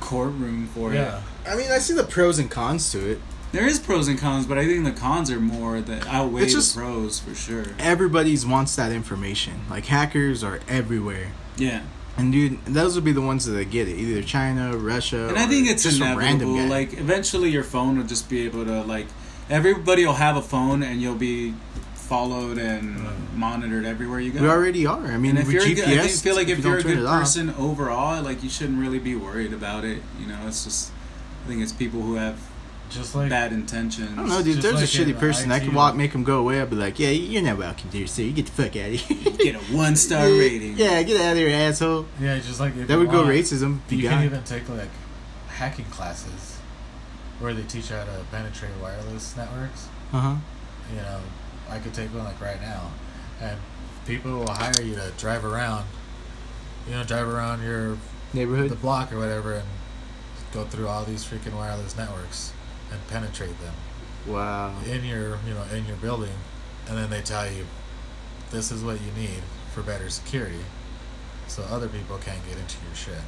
Speaker 2: courtroom for
Speaker 3: Yeah.
Speaker 2: it.
Speaker 1: I mean, I see the pros and cons to it.
Speaker 2: There is pros and cons, but I think the cons are more that outweigh
Speaker 1: It's just-
Speaker 2: the pros for sure.
Speaker 1: Everybody's wants that information. Like hackers are everywhere.
Speaker 2: Yeah.
Speaker 1: And dude, those would be the ones that get it. Either China, Russia,
Speaker 2: And I think it's
Speaker 1: just some random
Speaker 2: inevitable.
Speaker 1: guy.
Speaker 2: Like eventually, your phone will just be able to like everybody will have a phone, and you'll be followed and monitored everywhere you go.
Speaker 1: we already are. I mean,
Speaker 2: and if
Speaker 1: with
Speaker 2: you're, a
Speaker 1: GPS,
Speaker 2: good, I think- feel like if,
Speaker 1: you
Speaker 2: you're
Speaker 1: don't
Speaker 2: a
Speaker 1: turn
Speaker 2: good
Speaker 1: it off-
Speaker 2: person overall, like you shouldn't really be worried about it. You know, it's just I think it's people who have
Speaker 3: Just like
Speaker 2: bad intentions.
Speaker 1: I don't know, dude.
Speaker 3: Just
Speaker 1: There's
Speaker 3: like
Speaker 1: a shitty
Speaker 3: in
Speaker 1: person. I
Speaker 3: IT,
Speaker 1: could walk,
Speaker 3: like- know.
Speaker 1: make him go away. I'd be like, yeah, you're not welcome here, sir. You get the fuck out of here.
Speaker 2: You get a one star
Speaker 1: Yeah,
Speaker 2: rating.
Speaker 1: Yeah, get out of here, asshole.
Speaker 3: yeah, just like if
Speaker 1: That
Speaker 3: you
Speaker 1: would go
Speaker 3: want,
Speaker 1: racism. Be
Speaker 3: You
Speaker 1: gone.
Speaker 3: can even take like hacking classes where they teach you how to penetrate wireless networks.
Speaker 1: uh-huh.
Speaker 3: you know, I could take one like right now, and people will hire you to drive around, you know, drive around your the
Speaker 1: Neighborhood.
Speaker 3: block or whatever, and go through all these freaking wireless networks and penetrate them
Speaker 1: Wow.
Speaker 3: in your you know in your building, and then they tell you, this is what you need for better security, so other people can't get into your shit.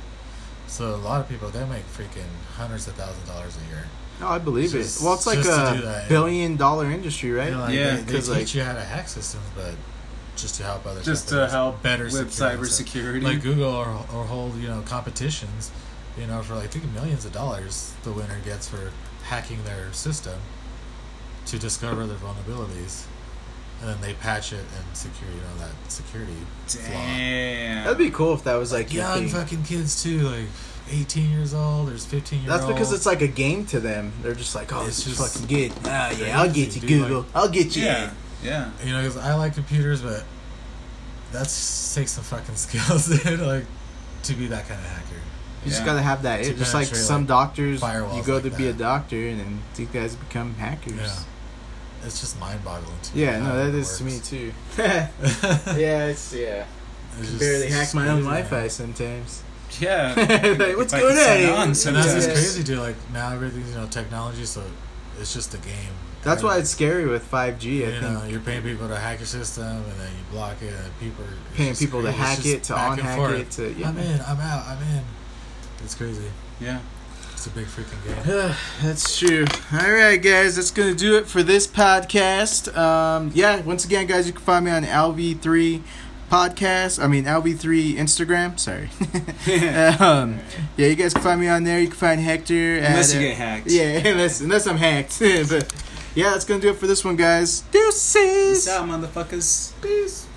Speaker 3: So a lot of people they make freaking hundreds of thousands of dollars a year.
Speaker 1: No, I believe
Speaker 3: Just-
Speaker 1: it. Well, it's like
Speaker 3: just to do
Speaker 1: a
Speaker 3: that, yeah.
Speaker 1: billion dollar industry, right?
Speaker 3: You know, like,
Speaker 2: Yeah,
Speaker 3: they, they
Speaker 1: 'cause,
Speaker 3: teach
Speaker 1: like-
Speaker 3: you how to hack systems, but just to help others.
Speaker 2: Just to help
Speaker 3: better
Speaker 2: with
Speaker 3: security stuff.
Speaker 2: cybersecurity.
Speaker 3: Like Google or, or hold you know competitions, you know for like I think millions of dollars the winner gets for hacking their system to discover their vulnerabilities, and then they patch it and secure you know that security flaw.
Speaker 2: Damn.
Speaker 1: That'd be cool if that was like your
Speaker 3: Young
Speaker 1: thing.
Speaker 3: fucking kids too, like eighteen years old. There's fifteen year
Speaker 1: That's
Speaker 3: old.
Speaker 1: because it's like a game to them. They're just like, oh,
Speaker 3: It's
Speaker 1: this is
Speaker 3: just
Speaker 1: fucking good. Ah, yeah, I'll get
Speaker 3: crazy,
Speaker 1: you,
Speaker 3: dude,
Speaker 1: Google.
Speaker 3: like-
Speaker 1: I'll get you.
Speaker 2: yeah. Yeah.
Speaker 3: you know, 'cause I like computers, but that's takes some fucking skills, dude. Like to be that kind of hacker.
Speaker 1: You just
Speaker 2: Yeah.
Speaker 1: gotta have that.
Speaker 3: To
Speaker 1: It, just like
Speaker 3: penetrate,
Speaker 1: some
Speaker 3: like,
Speaker 1: doctors, you
Speaker 3: firewalls
Speaker 1: go
Speaker 3: like
Speaker 1: to be a
Speaker 3: that.
Speaker 1: doctor, and then these guys become hackers.
Speaker 3: Yeah, it's just mind boggling. to
Speaker 1: Yeah,
Speaker 3: how
Speaker 1: no, that
Speaker 3: it
Speaker 1: is to me
Speaker 3: works.
Speaker 1: too. yeah, it's yeah.
Speaker 3: It's just-
Speaker 1: Barely
Speaker 3: it's
Speaker 1: hack my own
Speaker 3: crazy, man.
Speaker 1: Wi-Fi sometimes.
Speaker 2: Yeah.
Speaker 1: Like, what's
Speaker 2: If I
Speaker 1: going on here?
Speaker 2: could sign on
Speaker 3: And that's
Speaker 2: sometimes.
Speaker 3: just
Speaker 1: Yeah.
Speaker 3: crazy, dude. Like now everything's you know technology, so it's just a game.
Speaker 1: That's why
Speaker 3: Everything.
Speaker 1: it's scary with 5G. I
Speaker 3: you
Speaker 1: think
Speaker 3: know, you're paying people to hack your system, and then you block it. And people are it's
Speaker 1: paying
Speaker 3: just
Speaker 1: people to
Speaker 3: crazy. It's
Speaker 1: hack
Speaker 3: just
Speaker 1: it, to
Speaker 3: back and
Speaker 1: unhack
Speaker 3: forth.
Speaker 1: it, to
Speaker 3: I'm
Speaker 1: yeah.
Speaker 3: in. I'm out. I'm in. It's crazy.
Speaker 2: Yeah.
Speaker 3: It's a big freaking game.
Speaker 1: That's true. All right, guys, that's gonna do it for this podcast. Um, yeah, once again, guys, you can find me on LV3 podcast. I mean LV3 Instagram. Sorry. um, yeah, you guys can find me on there. You can find Hector. at,
Speaker 2: Unless you
Speaker 1: uh,
Speaker 2: get hacked.
Speaker 1: Yeah, unless unless I'm hacked. but yeah, that's gonna do it for this one, guys. Deuces.
Speaker 2: Peace out, motherfuckers.
Speaker 1: Peace.